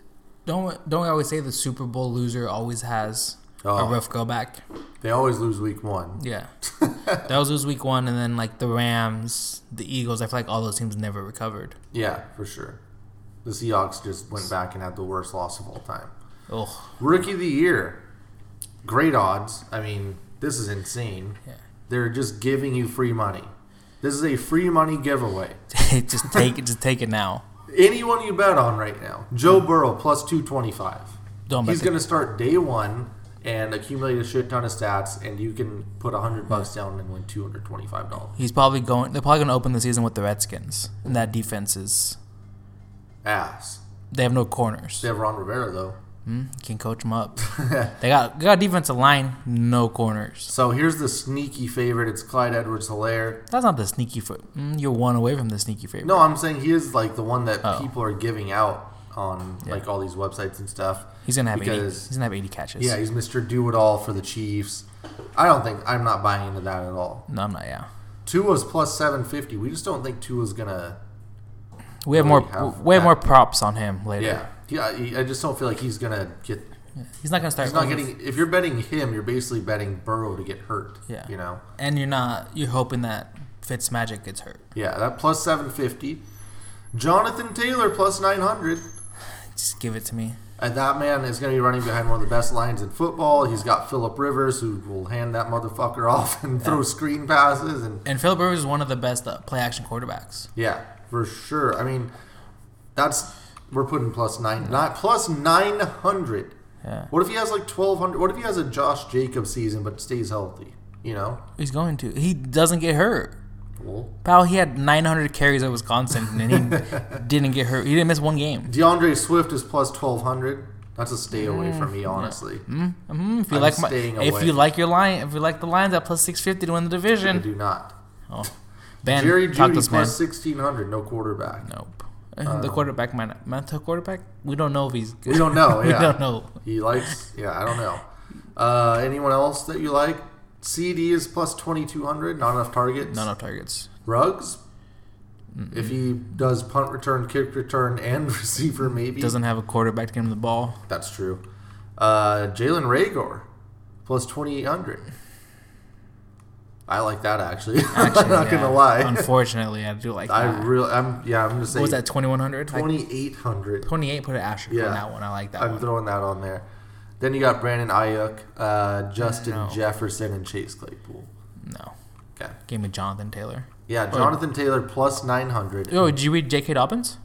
don't don't we always say the Super Bowl loser always has a Oh. rough go back? They always lose week one. Yeah, that was was week one, and then like the Rams, the Eagles. I feel like all those teams never recovered. Yeah, for sure. The Seahawks just went back and had the worst loss of all time. Oh Rookie of the year. Great odds. I mean, this is insane. yeah. They're just giving you free money. This is a free money giveaway. just take it. Just take it now. Anyone you bet on right now, Joe Burrow plus 225. Don't bet He's the- going to start day one and accumulate a shit ton of stats, and you can put 100 bucks down and win $225. He's probably going. They're probably going to open the season with the Redskins, and that defense is. Ass. They have no corners. They have Ron Rivera though. Hmm? Can coach them up. they got they got defensive line, no corners. So here's the sneaky favorite. It's Clyde Edwards Hilaire. That's not the sneaky foot. Mm, you're one away from the sneaky favorite. No, I'm saying he is like the one that Oh. people are giving out on like all these websites and stuff. he's gonna have eighty. because- He's gonna have eighty catches. Yeah, he's Mr. Do It All for the Chiefs. I don't think I'm not buying into that at all. No, I'm not. Yeah. Tua's plus seven fifty. We just don't think Tua's gonna. We have We more. have we have that. more props on him later. Yeah, yeah. he- I just don't feel like he's gonna get. He's not gonna start. He's not over- getting. If you're betting him, you're basically betting Burrow to get hurt. Yeah. You know. And you're not. You're hoping that Fitz Magic gets hurt. Yeah, that plus seven fifty. Jonathan Taylor plus nine hundred. Just give it to me. And that man is going to be running behind one of the best lines in football. He's got Philip Rivers, who will hand that motherfucker off and throw screen passes, and And Philip Rivers is one of the best uh, play action quarterbacks. yeah, for sure. I mean, that's we're putting plus nine, not plus nine hundred. Yeah. What if he has like twelve hundred? What if he has a Josh Jacobs season but stays healthy? You know, He's going to. He doesn't get hurt. well, Pal, he had 900 carries at Wisconsin and he didn't get hurt. He didn't miss one game. DeAndre Swift is plus twelve hundred. That's a stay away from Mm. me, honestly. Mhm, if you I'm like my, staying if away. you like your line, if you like the lines at plus 650 to win the I division. do not. Oh, Ben, Jerry talk Judy this man. plus sixteen hundred, no quarterback. Nope. the quarterback might not. Mental quarterback? We don't know if he's good. We don't know. we yeah. don't know. He likes. Yeah, I don't know. Uh, anyone else that you like? CD is plus twenty two hundred. Not enough targets. None of targets. Rugs. If he does punt return, kick return, and receiver, maybe Doesn't have a quarterback to give him the ball. That's true. Uh, Jalen Rager plus twenty eight hundred. I like that actually. Actually, I'm not yeah. gonna lie. Unfortunately, I do like that. I really, I'm yeah. I'm gonna say what was that 2100? Like, 2800. 28 put an asterisk Yeah. on that one. I like that I'm one. throwing that on there. Then you got Brandon Ayuk, uh, Justin No. Jefferson, and Chase Claypool. no. Okay. Game with Jonathan Taylor. Yeah, Jonathan Taylor plus 900. Oh, did you read J.K. Dobbins?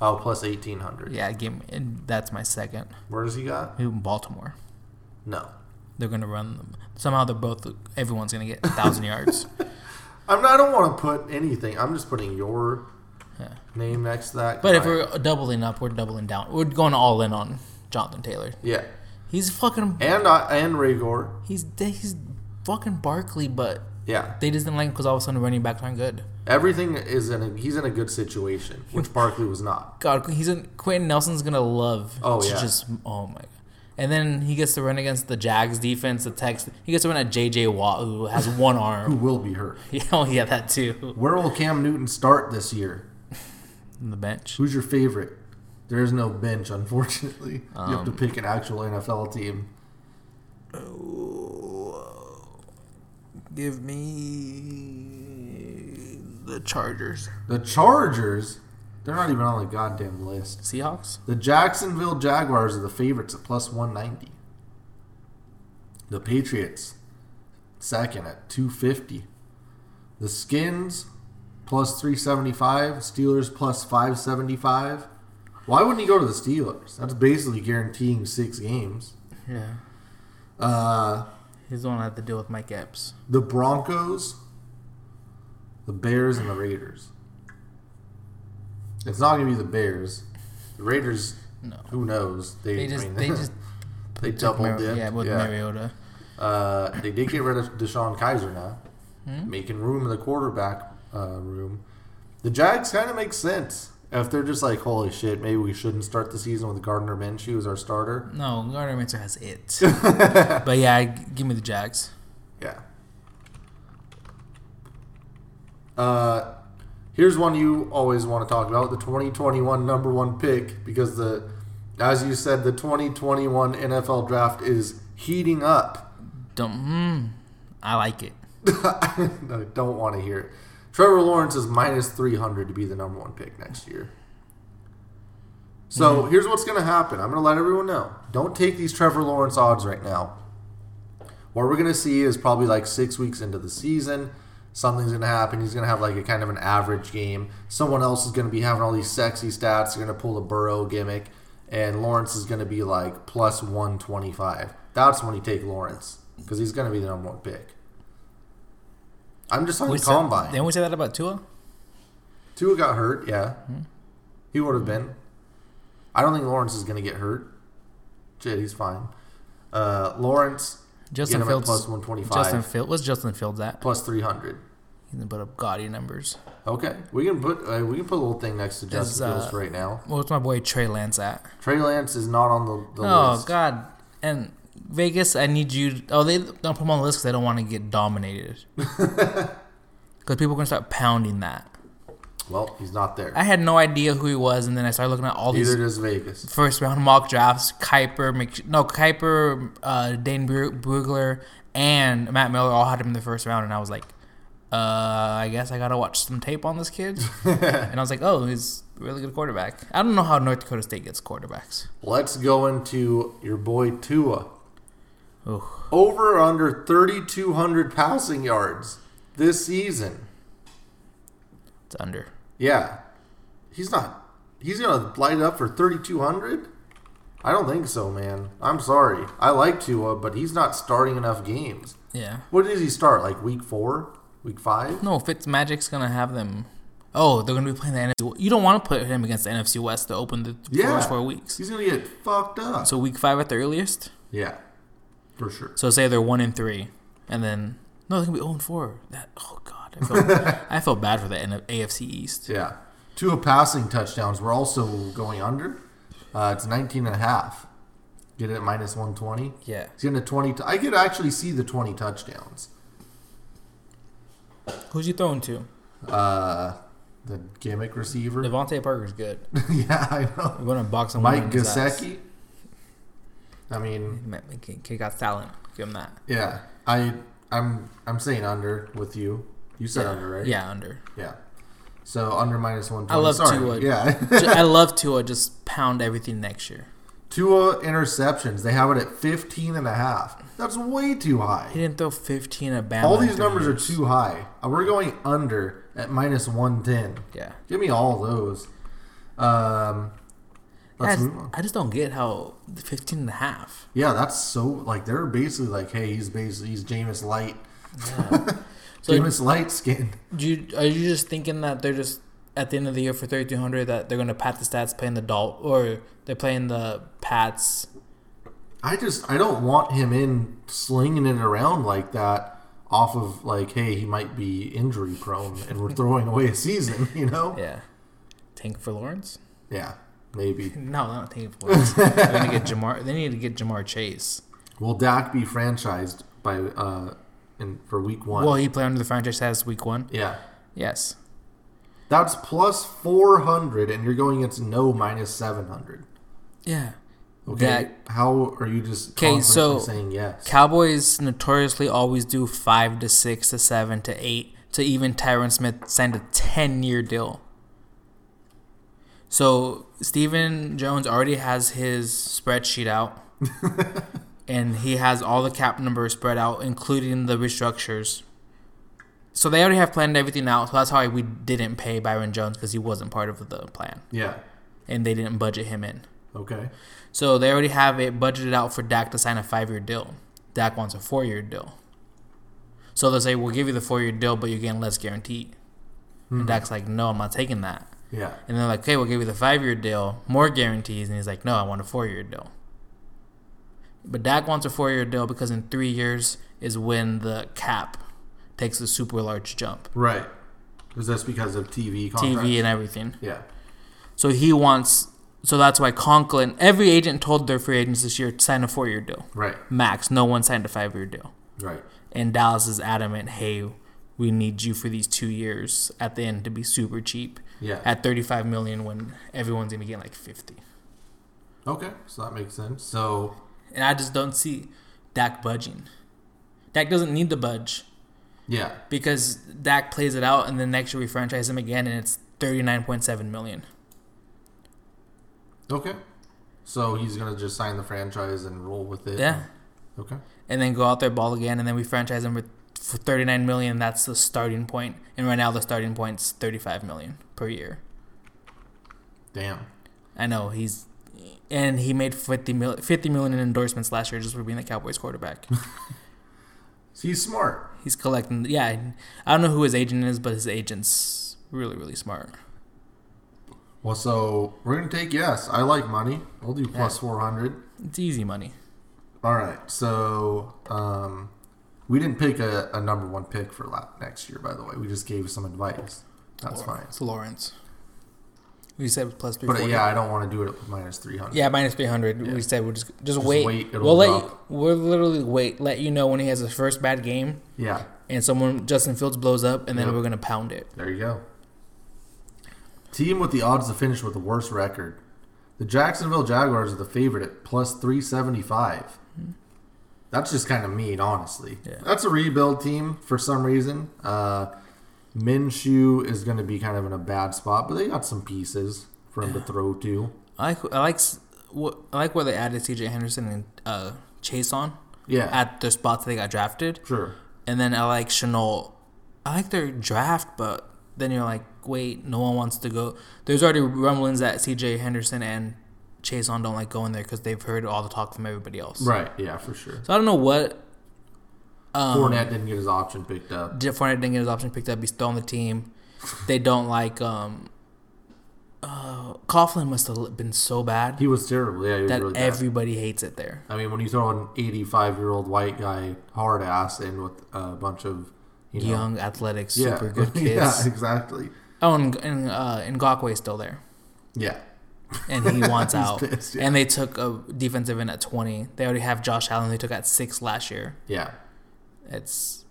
Oh, plus 1800. Yeah, game. And that's my second. Where does he got? Who in Baltimore? No. They're gonna run them. Somehow they're both. Everyone's gonna get a thousand yards. I'm not, I don't want to put anything. I'm just putting your Yeah. name next to that. But if Right. we're doubling up, we're doubling down. We're going all in on Jonathan Taylor. yeah, He's fucking. and I and Raygor. He's he's fucking Barkley, but Yeah, they just didn't like him because all of a sudden running backs aren't good. everything is in. A, he's in a good situation, which Barkley was not. God, he's in, Quentin Nelson's gonna love. Oh, to yeah. Just oh my. God. And then he gets to run against the Jags defense, the Tex. He gets to run at J.J. Watt, who has one Who arm. will be hurt? oh yeah, that too. Where will Cam Newton start this year? On the bench. Who's your favorite? There is no bench, unfortunately. you have to pick an actual NFL team. Give me the Chargers. The Chargers. They're not even on the goddamn list. Seahawks. The Jacksonville Jaguars are the favorites at plus 190. The Patriots, second at 250. The Skins, plus 375. Steelers, plus 575. Why wouldn't he go to the Steelers? That's basically guaranteeing six games. Yeah. Uh, He's the one that had to deal with Mike Epps. the Broncos, the Bears, and the Raiders. It's not going to be the Bears. The Raiders, No. who knows? They I just mean, they just They took doubled Mar- dipped. yeah with Mariota. Uh, they did get rid of Deshaun Kaiser now, Hmm? making room in the quarterback uh, room. The Jags kind of make sense if they're just like, holy shit, maybe we shouldn't start the season with Gardner Minshew as our starter. No, Gardner Minshew has it. but yeah, g- give me the Jags. Yeah. Uh, here's one you always want to talk about: the 2021 number one pick, because the, as you said, the 2021 NFL draft is heating up. Don't. Mm, I like it. I don't want to hear it. Trevor Lawrence is minus 300 to be the number one pick next year. So here's what's going to happen. I'm going to let everyone know. Don't take these Trevor Lawrence odds right now. What we're going to see is probably like six weeks into the season, something's going to happen. He's going to have like a kind of an average game. Someone else is going to be having all these sexy stats. They're going to pull the Burrow gimmick, and Lawrence is going to be like plus 125. That's when you take Lawrence because he's going to be the number one pick. I'm just on We the said- combine. Didn't we say that about Tua? Tua got hurt, yeah. He would have been. I don't think Lawrence is going to get hurt. Shit, he's fine. Uh, Lawrence, Justin get him Fields. at plus 125, Justin Fields. What's Justin Fields at? plus 300. He didn't put up gaudy numbers. Okay, we can put uh, we can put a little thing next to Justin uh, Fields right now. What's my boy Trey Lance at? Trey Lance is not on the, the Oh list. God! And Vegas, I need you. Oh, they don't put him on the list because I don't want to get dominated. Because people are gonna start pounding that. Well, he's not there. I had no idea who he was, and then I started looking at all these Neither does Vegas. first round mock drafts. Kuiper, Mc, no Kuiper, uh, Dane Bru- Brugler, and Matt Miller all had him in the first round, and I was like, uh, I guess I gotta watch some tape on this kid. and I was like, oh, he's a really good quarterback. I don't know how North Dakota State gets quarterbacks. Let's go into your boy Tua. Oh, Over or under 3,200 passing yards this season. it's under. Yeah. He's not. He's going to light up for 3,200? I don't think so, man. I'm sorry. I like Tua, but he's not starting enough games. Yeah. What does he start? Like week four? Week five? No, Fitzmagic's gonna have them. Oh, they're gonna be playing the NFC. You don't want to put him against the NFC West to open the Yeah. first four weeks. He's going to get fucked up. So week five at the earliest. yeah. For sure. So say they're one and three, and then no, they can be zero and four. That oh god, I felt, I felt bad for the N- AFC East. Yeah. Tua passing touchdowns. We're also going under. Uh, it's 19 and a half. Get it at minus 120. Yeah, He's getting a 20. T- I could actually see the 20 touchdowns. who's you throwing to? Uh, the gimmick receiver. Devontae Parker's good. yeah, I know. We're gonna box him. Mike in his ass. Gasecki. I mean, Man, Kid kid got talent. Give him that. yeah, I I'm I'm saying under with you. You said under, right? Yeah, under. Yeah. So under minus one. I love Sorry. Tua. Yeah. Ju- I love Tua. Just pound everything next year. Tua interceptions. They have it at 15 and a half. That's way too high. He didn't throw 15 at Bama. All in these three numbers are years. too high. Uh, We're going under at minus 110. Yeah. Give me all those. Um, I let's just, move on. I just don't get how the 15 and a half. Yeah, that's so like they're basically like, hey, he's basically he's Jameis Light, So Jameis Light skin. do you, are you just thinking that they're just at the end of the year for 3200 that they're going to pat the stats playing the Dol or they're playing the Pats? I just I don't want him in slinging it around like that off of like, hey, he might be injury prone and we're throwing away a season, you know? Yeah. Tank for Lawrence? Yeah, maybe. No, not tank for Lawrence. they're going to get Jamar. They need to get Jamar Chase. Will Dak be franchised by uh in for week one? Well, he played under the franchise tag week one. yeah. Yes. That's plus four hundred and you're going against no minus seven hundred. Yeah. Okay. That- How are you just 'Kay, confidently so- saying yes? Cowboys notoriously always do five to six to seven to eight to even Tyron Smith signed a ten year deal. So Stephen Jones already has his spreadsheet out. and he has all the cap numbers spread out, including the restructures. So they already have planned everything out. So that's why we didn't pay Byron Jones because he wasn't part of the plan. yeah. And they didn't budget him in. Okay. So they already have it budgeted out for Dak to sign a five year deal. Dak wants a four year deal. So they'll say, We'll give you the four year deal, but you're getting less guaranteed. And Dak's like, No, I'm not taking that. Yeah. And they're like, Okay, we'll give you the five year deal, more guarantees. And he's like, No, I want a four year deal. But Dak wants a four year deal because in three years is when the cap takes a super large jump. Right. Is this because of TV contracts? TV and everything. Yeah. So he wants, so that's why Conklin, every agent told their free agents this year, sign a four year deal. Right. max. No one signed a five year deal. Right. And Dallas is adamant, hey, we need you for these two years at the end to be super cheap Yeah. at 35 million when everyone's going to get like 50. okay. So that makes sense. So And I just don't see Dak budging. Dak doesn't need to budge yeah. because Dak plays it out and then next year we franchise him again and it's 39.7 million. Okay. So he's gonna just sign the franchise and roll with it. Yeah. Okay. And then go out there ball again and then we franchise him with for 39 million. That's the starting point. And right now the starting point's 35 million per year. Damn. I know he's and he made 50 mil, 50 million in endorsements last year just for being the Cowboys quarterback. So he's smart. he's collecting yeah, I don't know who his agent is, but his agent's really really smart. Well, so we're gonna take yes. I like money. We'll do plus four hundred. It's easy money. All right. So um, we didn't pick a, a number one pick for la- next year, by the way. We just gave some advice. That's fine. It's Lawrence. We said plus But uh, 340. yeah, I don't want to do it at minus three hundred. Yeah, minus 300. Yeah. We said we'll just just wait. wait, it'll we'll let you, drop. we'll literally wait, let you know when he has his first bad game Yeah. and someone Justin Fields blows up and then Yep. we're going to pound it. There you go. Team with the odds to finish with the worst record. The Jacksonville Jaguars are the favorite at plus 375. That's just kind of mean, honestly. Yeah. That's a rebuild team for some reason. Uh, Minshew is going to be kind of in a bad spot, but they got some pieces for him to throw to. I like I like s- what I like where they added CJ Henderson and uh, Chase on Yeah, at the spots they got drafted. sure. And then I like Chanel. I like their draft, but then you're like, wait, no one wants to go. There's already rumblings that CJ Henderson and Chase on don't like going there because they've heard all the talk from everybody else. Right, yeah, for sure. So I don't know what. Um, Fournette. Fournette didn't get his option picked up. Fournette didn't get his option picked up. He's still on the team. They don't like. um uh, Coughlin must have been so bad He was terrible. Yeah, he was that really bad. everybody hates it there. I mean, when you throw an 85 year old white guy hard ass in with a bunch of you know, Young, athletic, yeah, super good kids. yeah, exactly. Oh, and, and uh, Ngakwe's still there. Yeah, and he wants He's out. pissed, yeah. And they took a defensive end at 20. They already have Josh Allen. They took at six last year. yeah. It's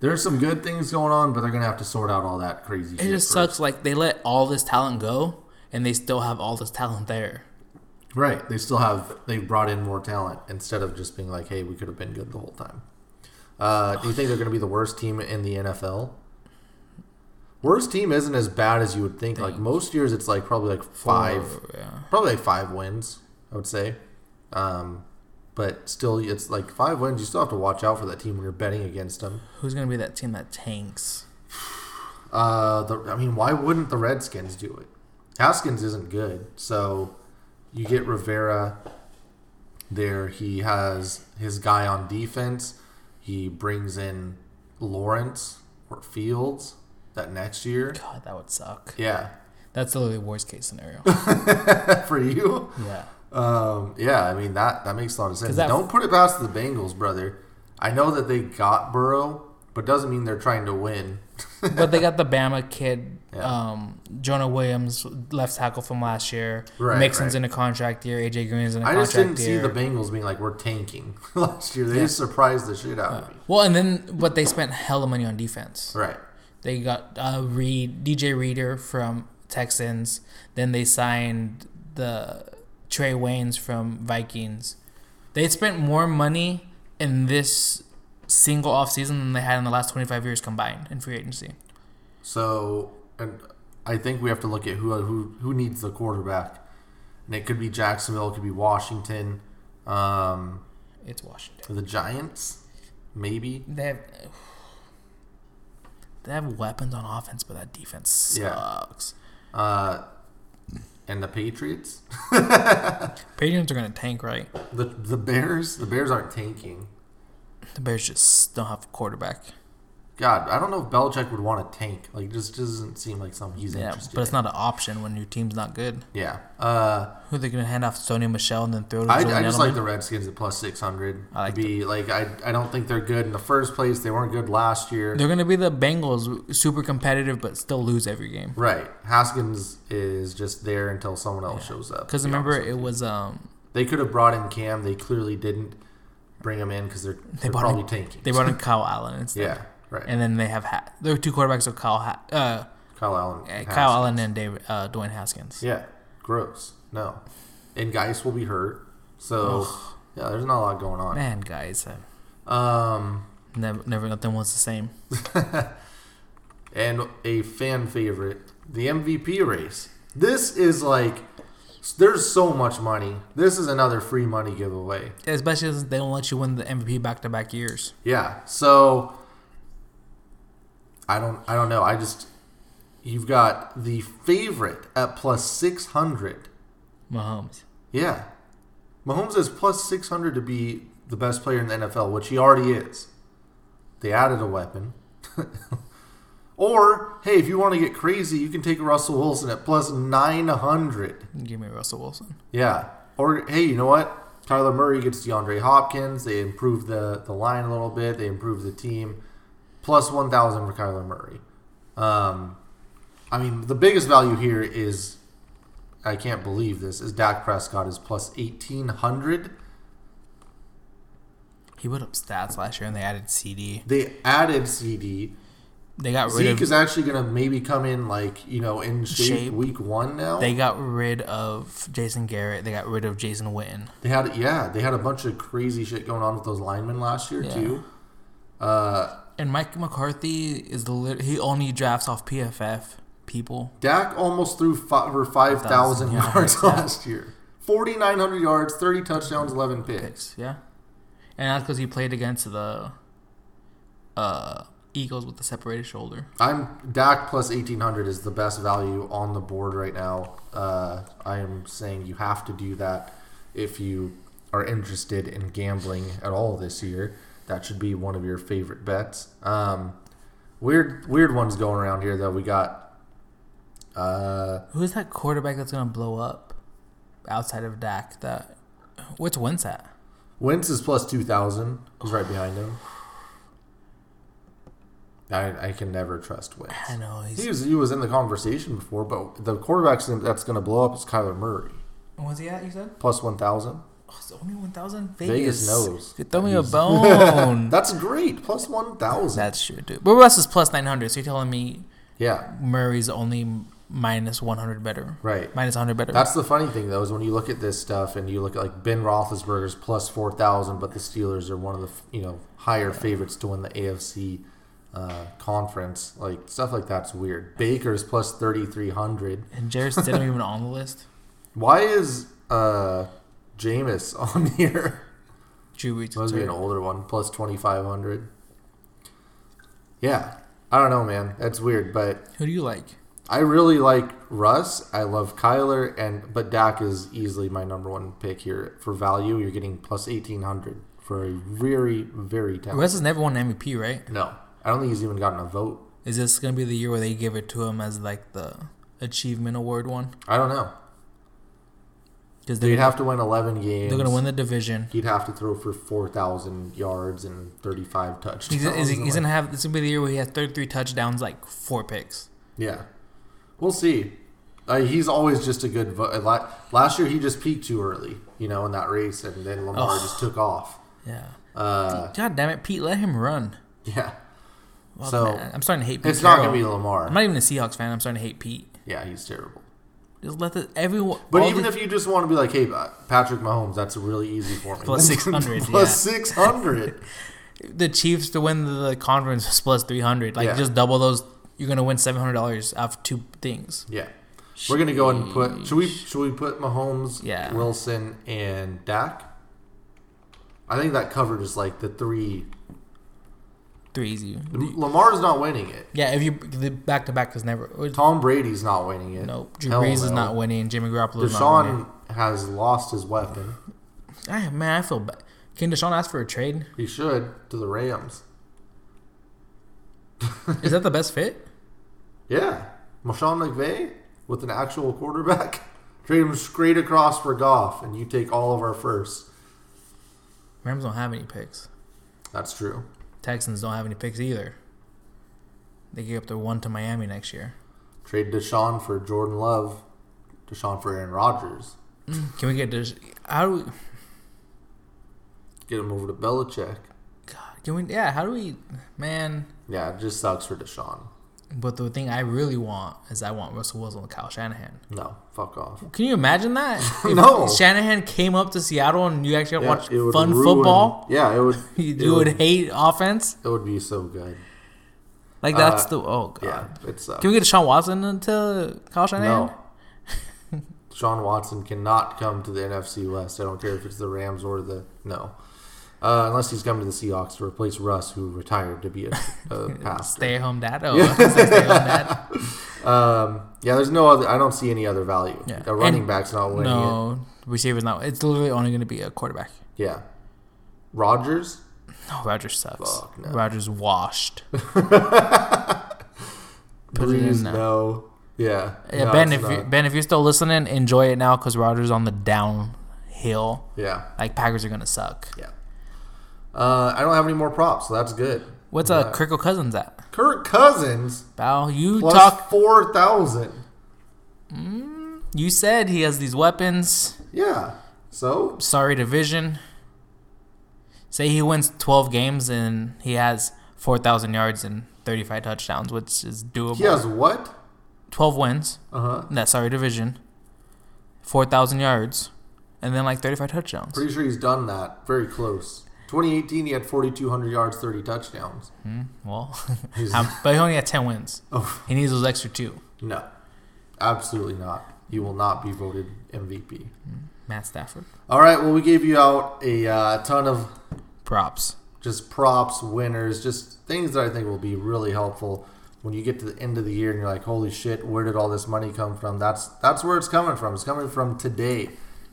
There's some good things going on, but they're gonna have to sort out all that crazy. it shit just first. sucks. Like they let all this talent go, and they still have all this talent there. Right? They still have they brought in more talent instead of just being like, hey, we could have been good the whole time. Uh, do you think they're going to be the worst team in the NFL? Worst team isn't as bad as you would think. Like most years, it's like probably like five, Or, yeah. probably like five wins. I would say, um, but still, it's like five wins. You still have to watch out for that team when you're betting against them. Who's gonna be that team that tanks? Uh, the, I mean, why wouldn't the Redskins do it? Haskins isn't good, so you get Rivera there. He has his guy on defense. He brings in Lawrence or Fields that next year. God, that would suck. Yeah, That's literally worst case scenario. for you. yeah. Um, yeah, I mean that that makes a lot of sense. that- Don't put it past the Bengals, brother. I know that they got Burrow, but doesn't mean they're trying to win. but they got the Bama kid, Yeah. um, Jonah Williams, left tackle from last year. Right, Mixon's right. in a contract year. AJ Green's in a I contract just didn't see year. the Bengals being like we're tanking last year. They just surprised the shit out of me. well, and then but they spent hella money on defense. Right. They got uh, Reed, DJ Reader from Texans. Then they signed the Trey Waynes from Vikings. They spent more money in this single offseason than they had in the last 25 years combined in free agency. So, and I think we have to look at who who who needs the quarterback, and it could be Jacksonville, it could be Washington, um, It's Washington. the Giants, maybe. They have they have weapons on offense, but that defense Yeah. sucks. Uh, and the Patriots, Patriots are gonna tank, right? the the Bears. The Bears aren't tanking. The Bears just don't have a quarterback. God, I don't know if Belichick would want to tank. Like, it just doesn't seem like something he's Yeah, interested. but it's in. not an option when your team's not good. Yeah. Uh, Who they gonna hand off to Sony Michelle and then throw to I, Julian I just Edelman? like the Redskins at plus six hundred. I like to be like I, I don't think they're good in the first place. They weren't good last year. They're gonna be the Bengals, super competitive, but still lose every game. Right. Haskins is just there until someone else shows up. Because to be remember, honest. it was um they could have brought in Cam. They clearly didn't bring him in because they're, they are brought probably in- tanking. they brought in Kyle Allen instead, yeah, right. and then they have ha- their two quarterbacks are Kyle ha- uh, Kyle Allen. Kyle Haskins. Allen and David uh, Dwayne Haskins. Yeah, gross. No. And Geis will be hurt. So, yeah, there's not a lot going on. Man, guys, uh, Um, never, never nothing was the same. and a fan favorite, the MVP race. This is like, there's so much money. This is another free money giveaway. Especially since they don't let you win the MVP back to back years. Yeah. So I don't I don't know. I just you've got the favorite at plus 600. Mahomes. Yeah. Mahomes is plus 600 to be the best player in the NFL, which he already is. They added a weapon. or, hey, if you want to get crazy, you can take Russell Wilson at plus 900. Give me Russell Wilson. Yeah. Or hey, you know what? Kyler Murray gets DeAndre Hopkins. They improve the the line a little bit. They improve the team. Plus one thousand for Kyler Murray. Um, I mean, the biggest value here is I can't believe this is Dak Prescott is plus eighteen hundred. He put up stats last year and they added CD. They added CD. They got rid Zeke of is actually going to maybe come in like you know in shape, Shape. week one now. they They, got rid of Jason Garrett. They got rid of Jason Witten. had yeah they had a bunch of crazy shit going on with those linemen last year Yeah. too. Uh, And Mike McCarthy is the lit- he only drafts off PFF people. Dak almost threw fi- over 5,000 Yeah, yards yeah. last year. 4,900 yards, 30 touchdowns, 11 picks. Picks, yeah. And that's because he played against the uh, Eagles with the separated shoulder. I'm Dak plus 1,800 is the best value on the board right now. Uh, I am saying you have to do that if you are interested in gambling at all this year. That should be one of your favorite bets. Um, weird, weird ones going around here though. We got uh, Who is that quarterback that's gonna blow up outside of Dak? That what's Wentz at? Wentz is plus two thousand. He's right behind him. I, I can never trust Wentz. I know he's He was he was in the conversation before, but the quarterback that's going to blow up is Kyler Murray What was he at? You said plus one thousand. oh, it's only one thousand. Vegas knows. Throw me a bone. That's great, plus one thousand. That's true, dude. But Russ is plus nine hundred. So you're telling me Yeah, Murray's only minus 100 better. Right. Minus 100 better. That's the funny thing, though, is when you look at this stuff and you look at like Ben Roethlisberger's plus four thousand, but the Steelers are one of the you know higher favorites to win the AFC uh, conference. Like stuff like that's weird. Baker's plus thirty three hundred. and Jarrett's not even on the list. Why is uh, Jameis on here? Drew Brees. Must be an sorry. older one, plus twenty five hundred. Yeah, I don't know, man. That's weird, but Who do you like? I really like Russ. I love Kyler, and but Dak is easily my number one pick here for value. You're getting plus eighteen hundred for a very, very talented. Russ has never won MVP, right? no, I don't think he's even gotten a vote. Is this going to be the year where they give it to him as like the achievement award one? I don't know. Because They'd they're, have to win eleven games. they're going to win the division. He'd have to throw for four thousand yards and thirty-five touchdowns. He's, is he, he's Like, gonna have this will be the year where he has 33 touchdowns, like four picks. yeah, we'll see. Uh, he's always just a good. Vo- uh, la- last year he just peaked too early, you know, in that race, and then Lamar Ugh. just took off. Yeah. Uh, God damn it, Pete, let him run. yeah. Well, So, man, I'm starting to hate. Pete It's not going Carroll. to be Lamar. I'm not even a Seahawks fan. I'm starting to hate Pete. Yeah, he's terrible. Just let the everyone. But all even the- if you just want to be like, hey, uh, Patrick Mahomes, that's really easy for me. Plus 600, Plus 600. the Chiefs to win the conference is plus 300, like Yeah. just double those, you're gonna win 700 dollars off two things. Yeah. We're going to go ahead and put. Should we Should we put Mahomes, Yeah. Wilson, and Dak? I think that covered is like the three. Three easy. Lamar's not winning it. Yeah, if you the back to back is never. or- Tom Brady's not winning it. Nope. Drew Hell Brees is no. not winning. Jimmy Garoppolo is not winning. Deshaun has lost his weapon. I, man, I feel bad. Can Deshaun ask for a trade? He should to the Rams. Is that the best fit? Yeah. Marshawn McVay with an actual quarterback. Trade him straight across for Goff, and you take all of our firsts. Rams don't have any picks. That's true. Texans don't have any picks either. They gave up their one to Miami next year. Trade Deshaun for Jordan Love. Deshaun for Aaron Rodgers. Can we get Deshaun? How do we? Get him over to Belichick. God, can we? Yeah, how do we? Man, Yeah, it just sucks for Deshaun. but the thing I really want is I want Russell Wilson with Kyle Shanahan. No, fuck off. Can you imagine that? If No. Shanahan came up to Seattle and you actually Yeah, watched it would fun ruin- football. Yeah, it would. You, it you would hate offense. It would be so good. Like that's the oh god. Uh, Yeah, it sucks. Can we get Sean Watson until Kyle Shanahan? no. Sean Watson cannot come to the NFC West. I don't care if it's the Rams or the no, uh, unless he's coming to the Seahawks to replace Russ, who retired to be a, a pastor. Stay at home dad. Oh, I was gonna say stay at home dad. Um, yeah, there's no other. I don't see any other value. Yeah. A running And- back's not winning it. No, receiver's not. It's literally only going to be a quarterback. Yeah, Rodgers. No, Rogers sucks. Fuck, no. Rogers washed. Put it in Please now. no. Yeah. Yeah, No, ben, it's if you, not. Ben, if you're still listening, enjoy it now because Rogers on the downhill. yeah, Like Packers are gonna suck. yeah. Uh, I don't have any more props, so that's good. What's uh, Kirkle Cousins at? Kirk Cousins Bow, you plus talk. four thousand. You said he has these weapons. Yeah. So Sorry, division. Say he wins 12 games and he has 4,000 yards and 35 touchdowns, which is doable. he has what? 12 wins. Uh huh. That's sorry division. Four thousand yards, and then like thirty-five touchdowns. Pretty sure he's done that. Very close. 2018, he had 4,200 yards, 30 touchdowns. Well, He's- um, but he only had ten wins. Oh, He needs those extra two. no. Absolutely not. He will not be voted MVP. Matt Stafford All right. Well, we gave you out a uh, ton of props. just props, winners, just things that I think will be really helpful when you get to the end of the year and you're like, "Holy shit, where did all this money come from?" That's that's where it's coming from. It's coming from today.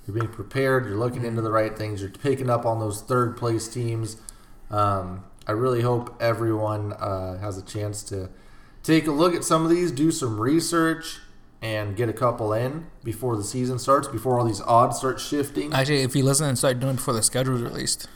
You're being prepared. You're looking into the right things. You're picking up on those third place teams. Um, I really hope everyone uh, has a chance to take a look at some of these, do some research, and get a couple in before the season starts. Before all these odds start shifting. Actually, if you listen and start doing it before the schedule is released,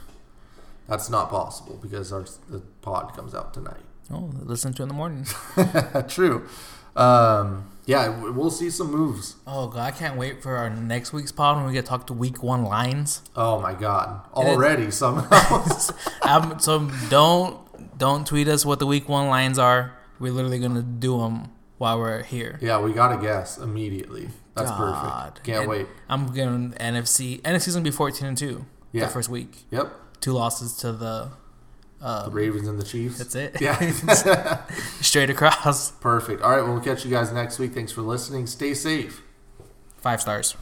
That's not possible because our the pod comes out tonight. oh, listen to it in the morning. True. Um, yeah, w- we'll see some moves. Oh god, I can't wait for our next week's pod when we get to talk to week one lines. Oh my god! it- Already somehow. um, so don't don't tweet us what the week one lines are. We're literally gonna do them while we're here. Yeah, we got to guess immediately. That's God. perfect. Can't And wait. I'm going NFC. NFC's gonna be fourteen and two. Yeah. The first week, Yep. two losses to the. The Ravens and the Chiefs. um, That's it. Yeah. Straight across. perfect. All right. Well, we'll catch you guys next week. Thanks for listening. Stay safe. Five stars.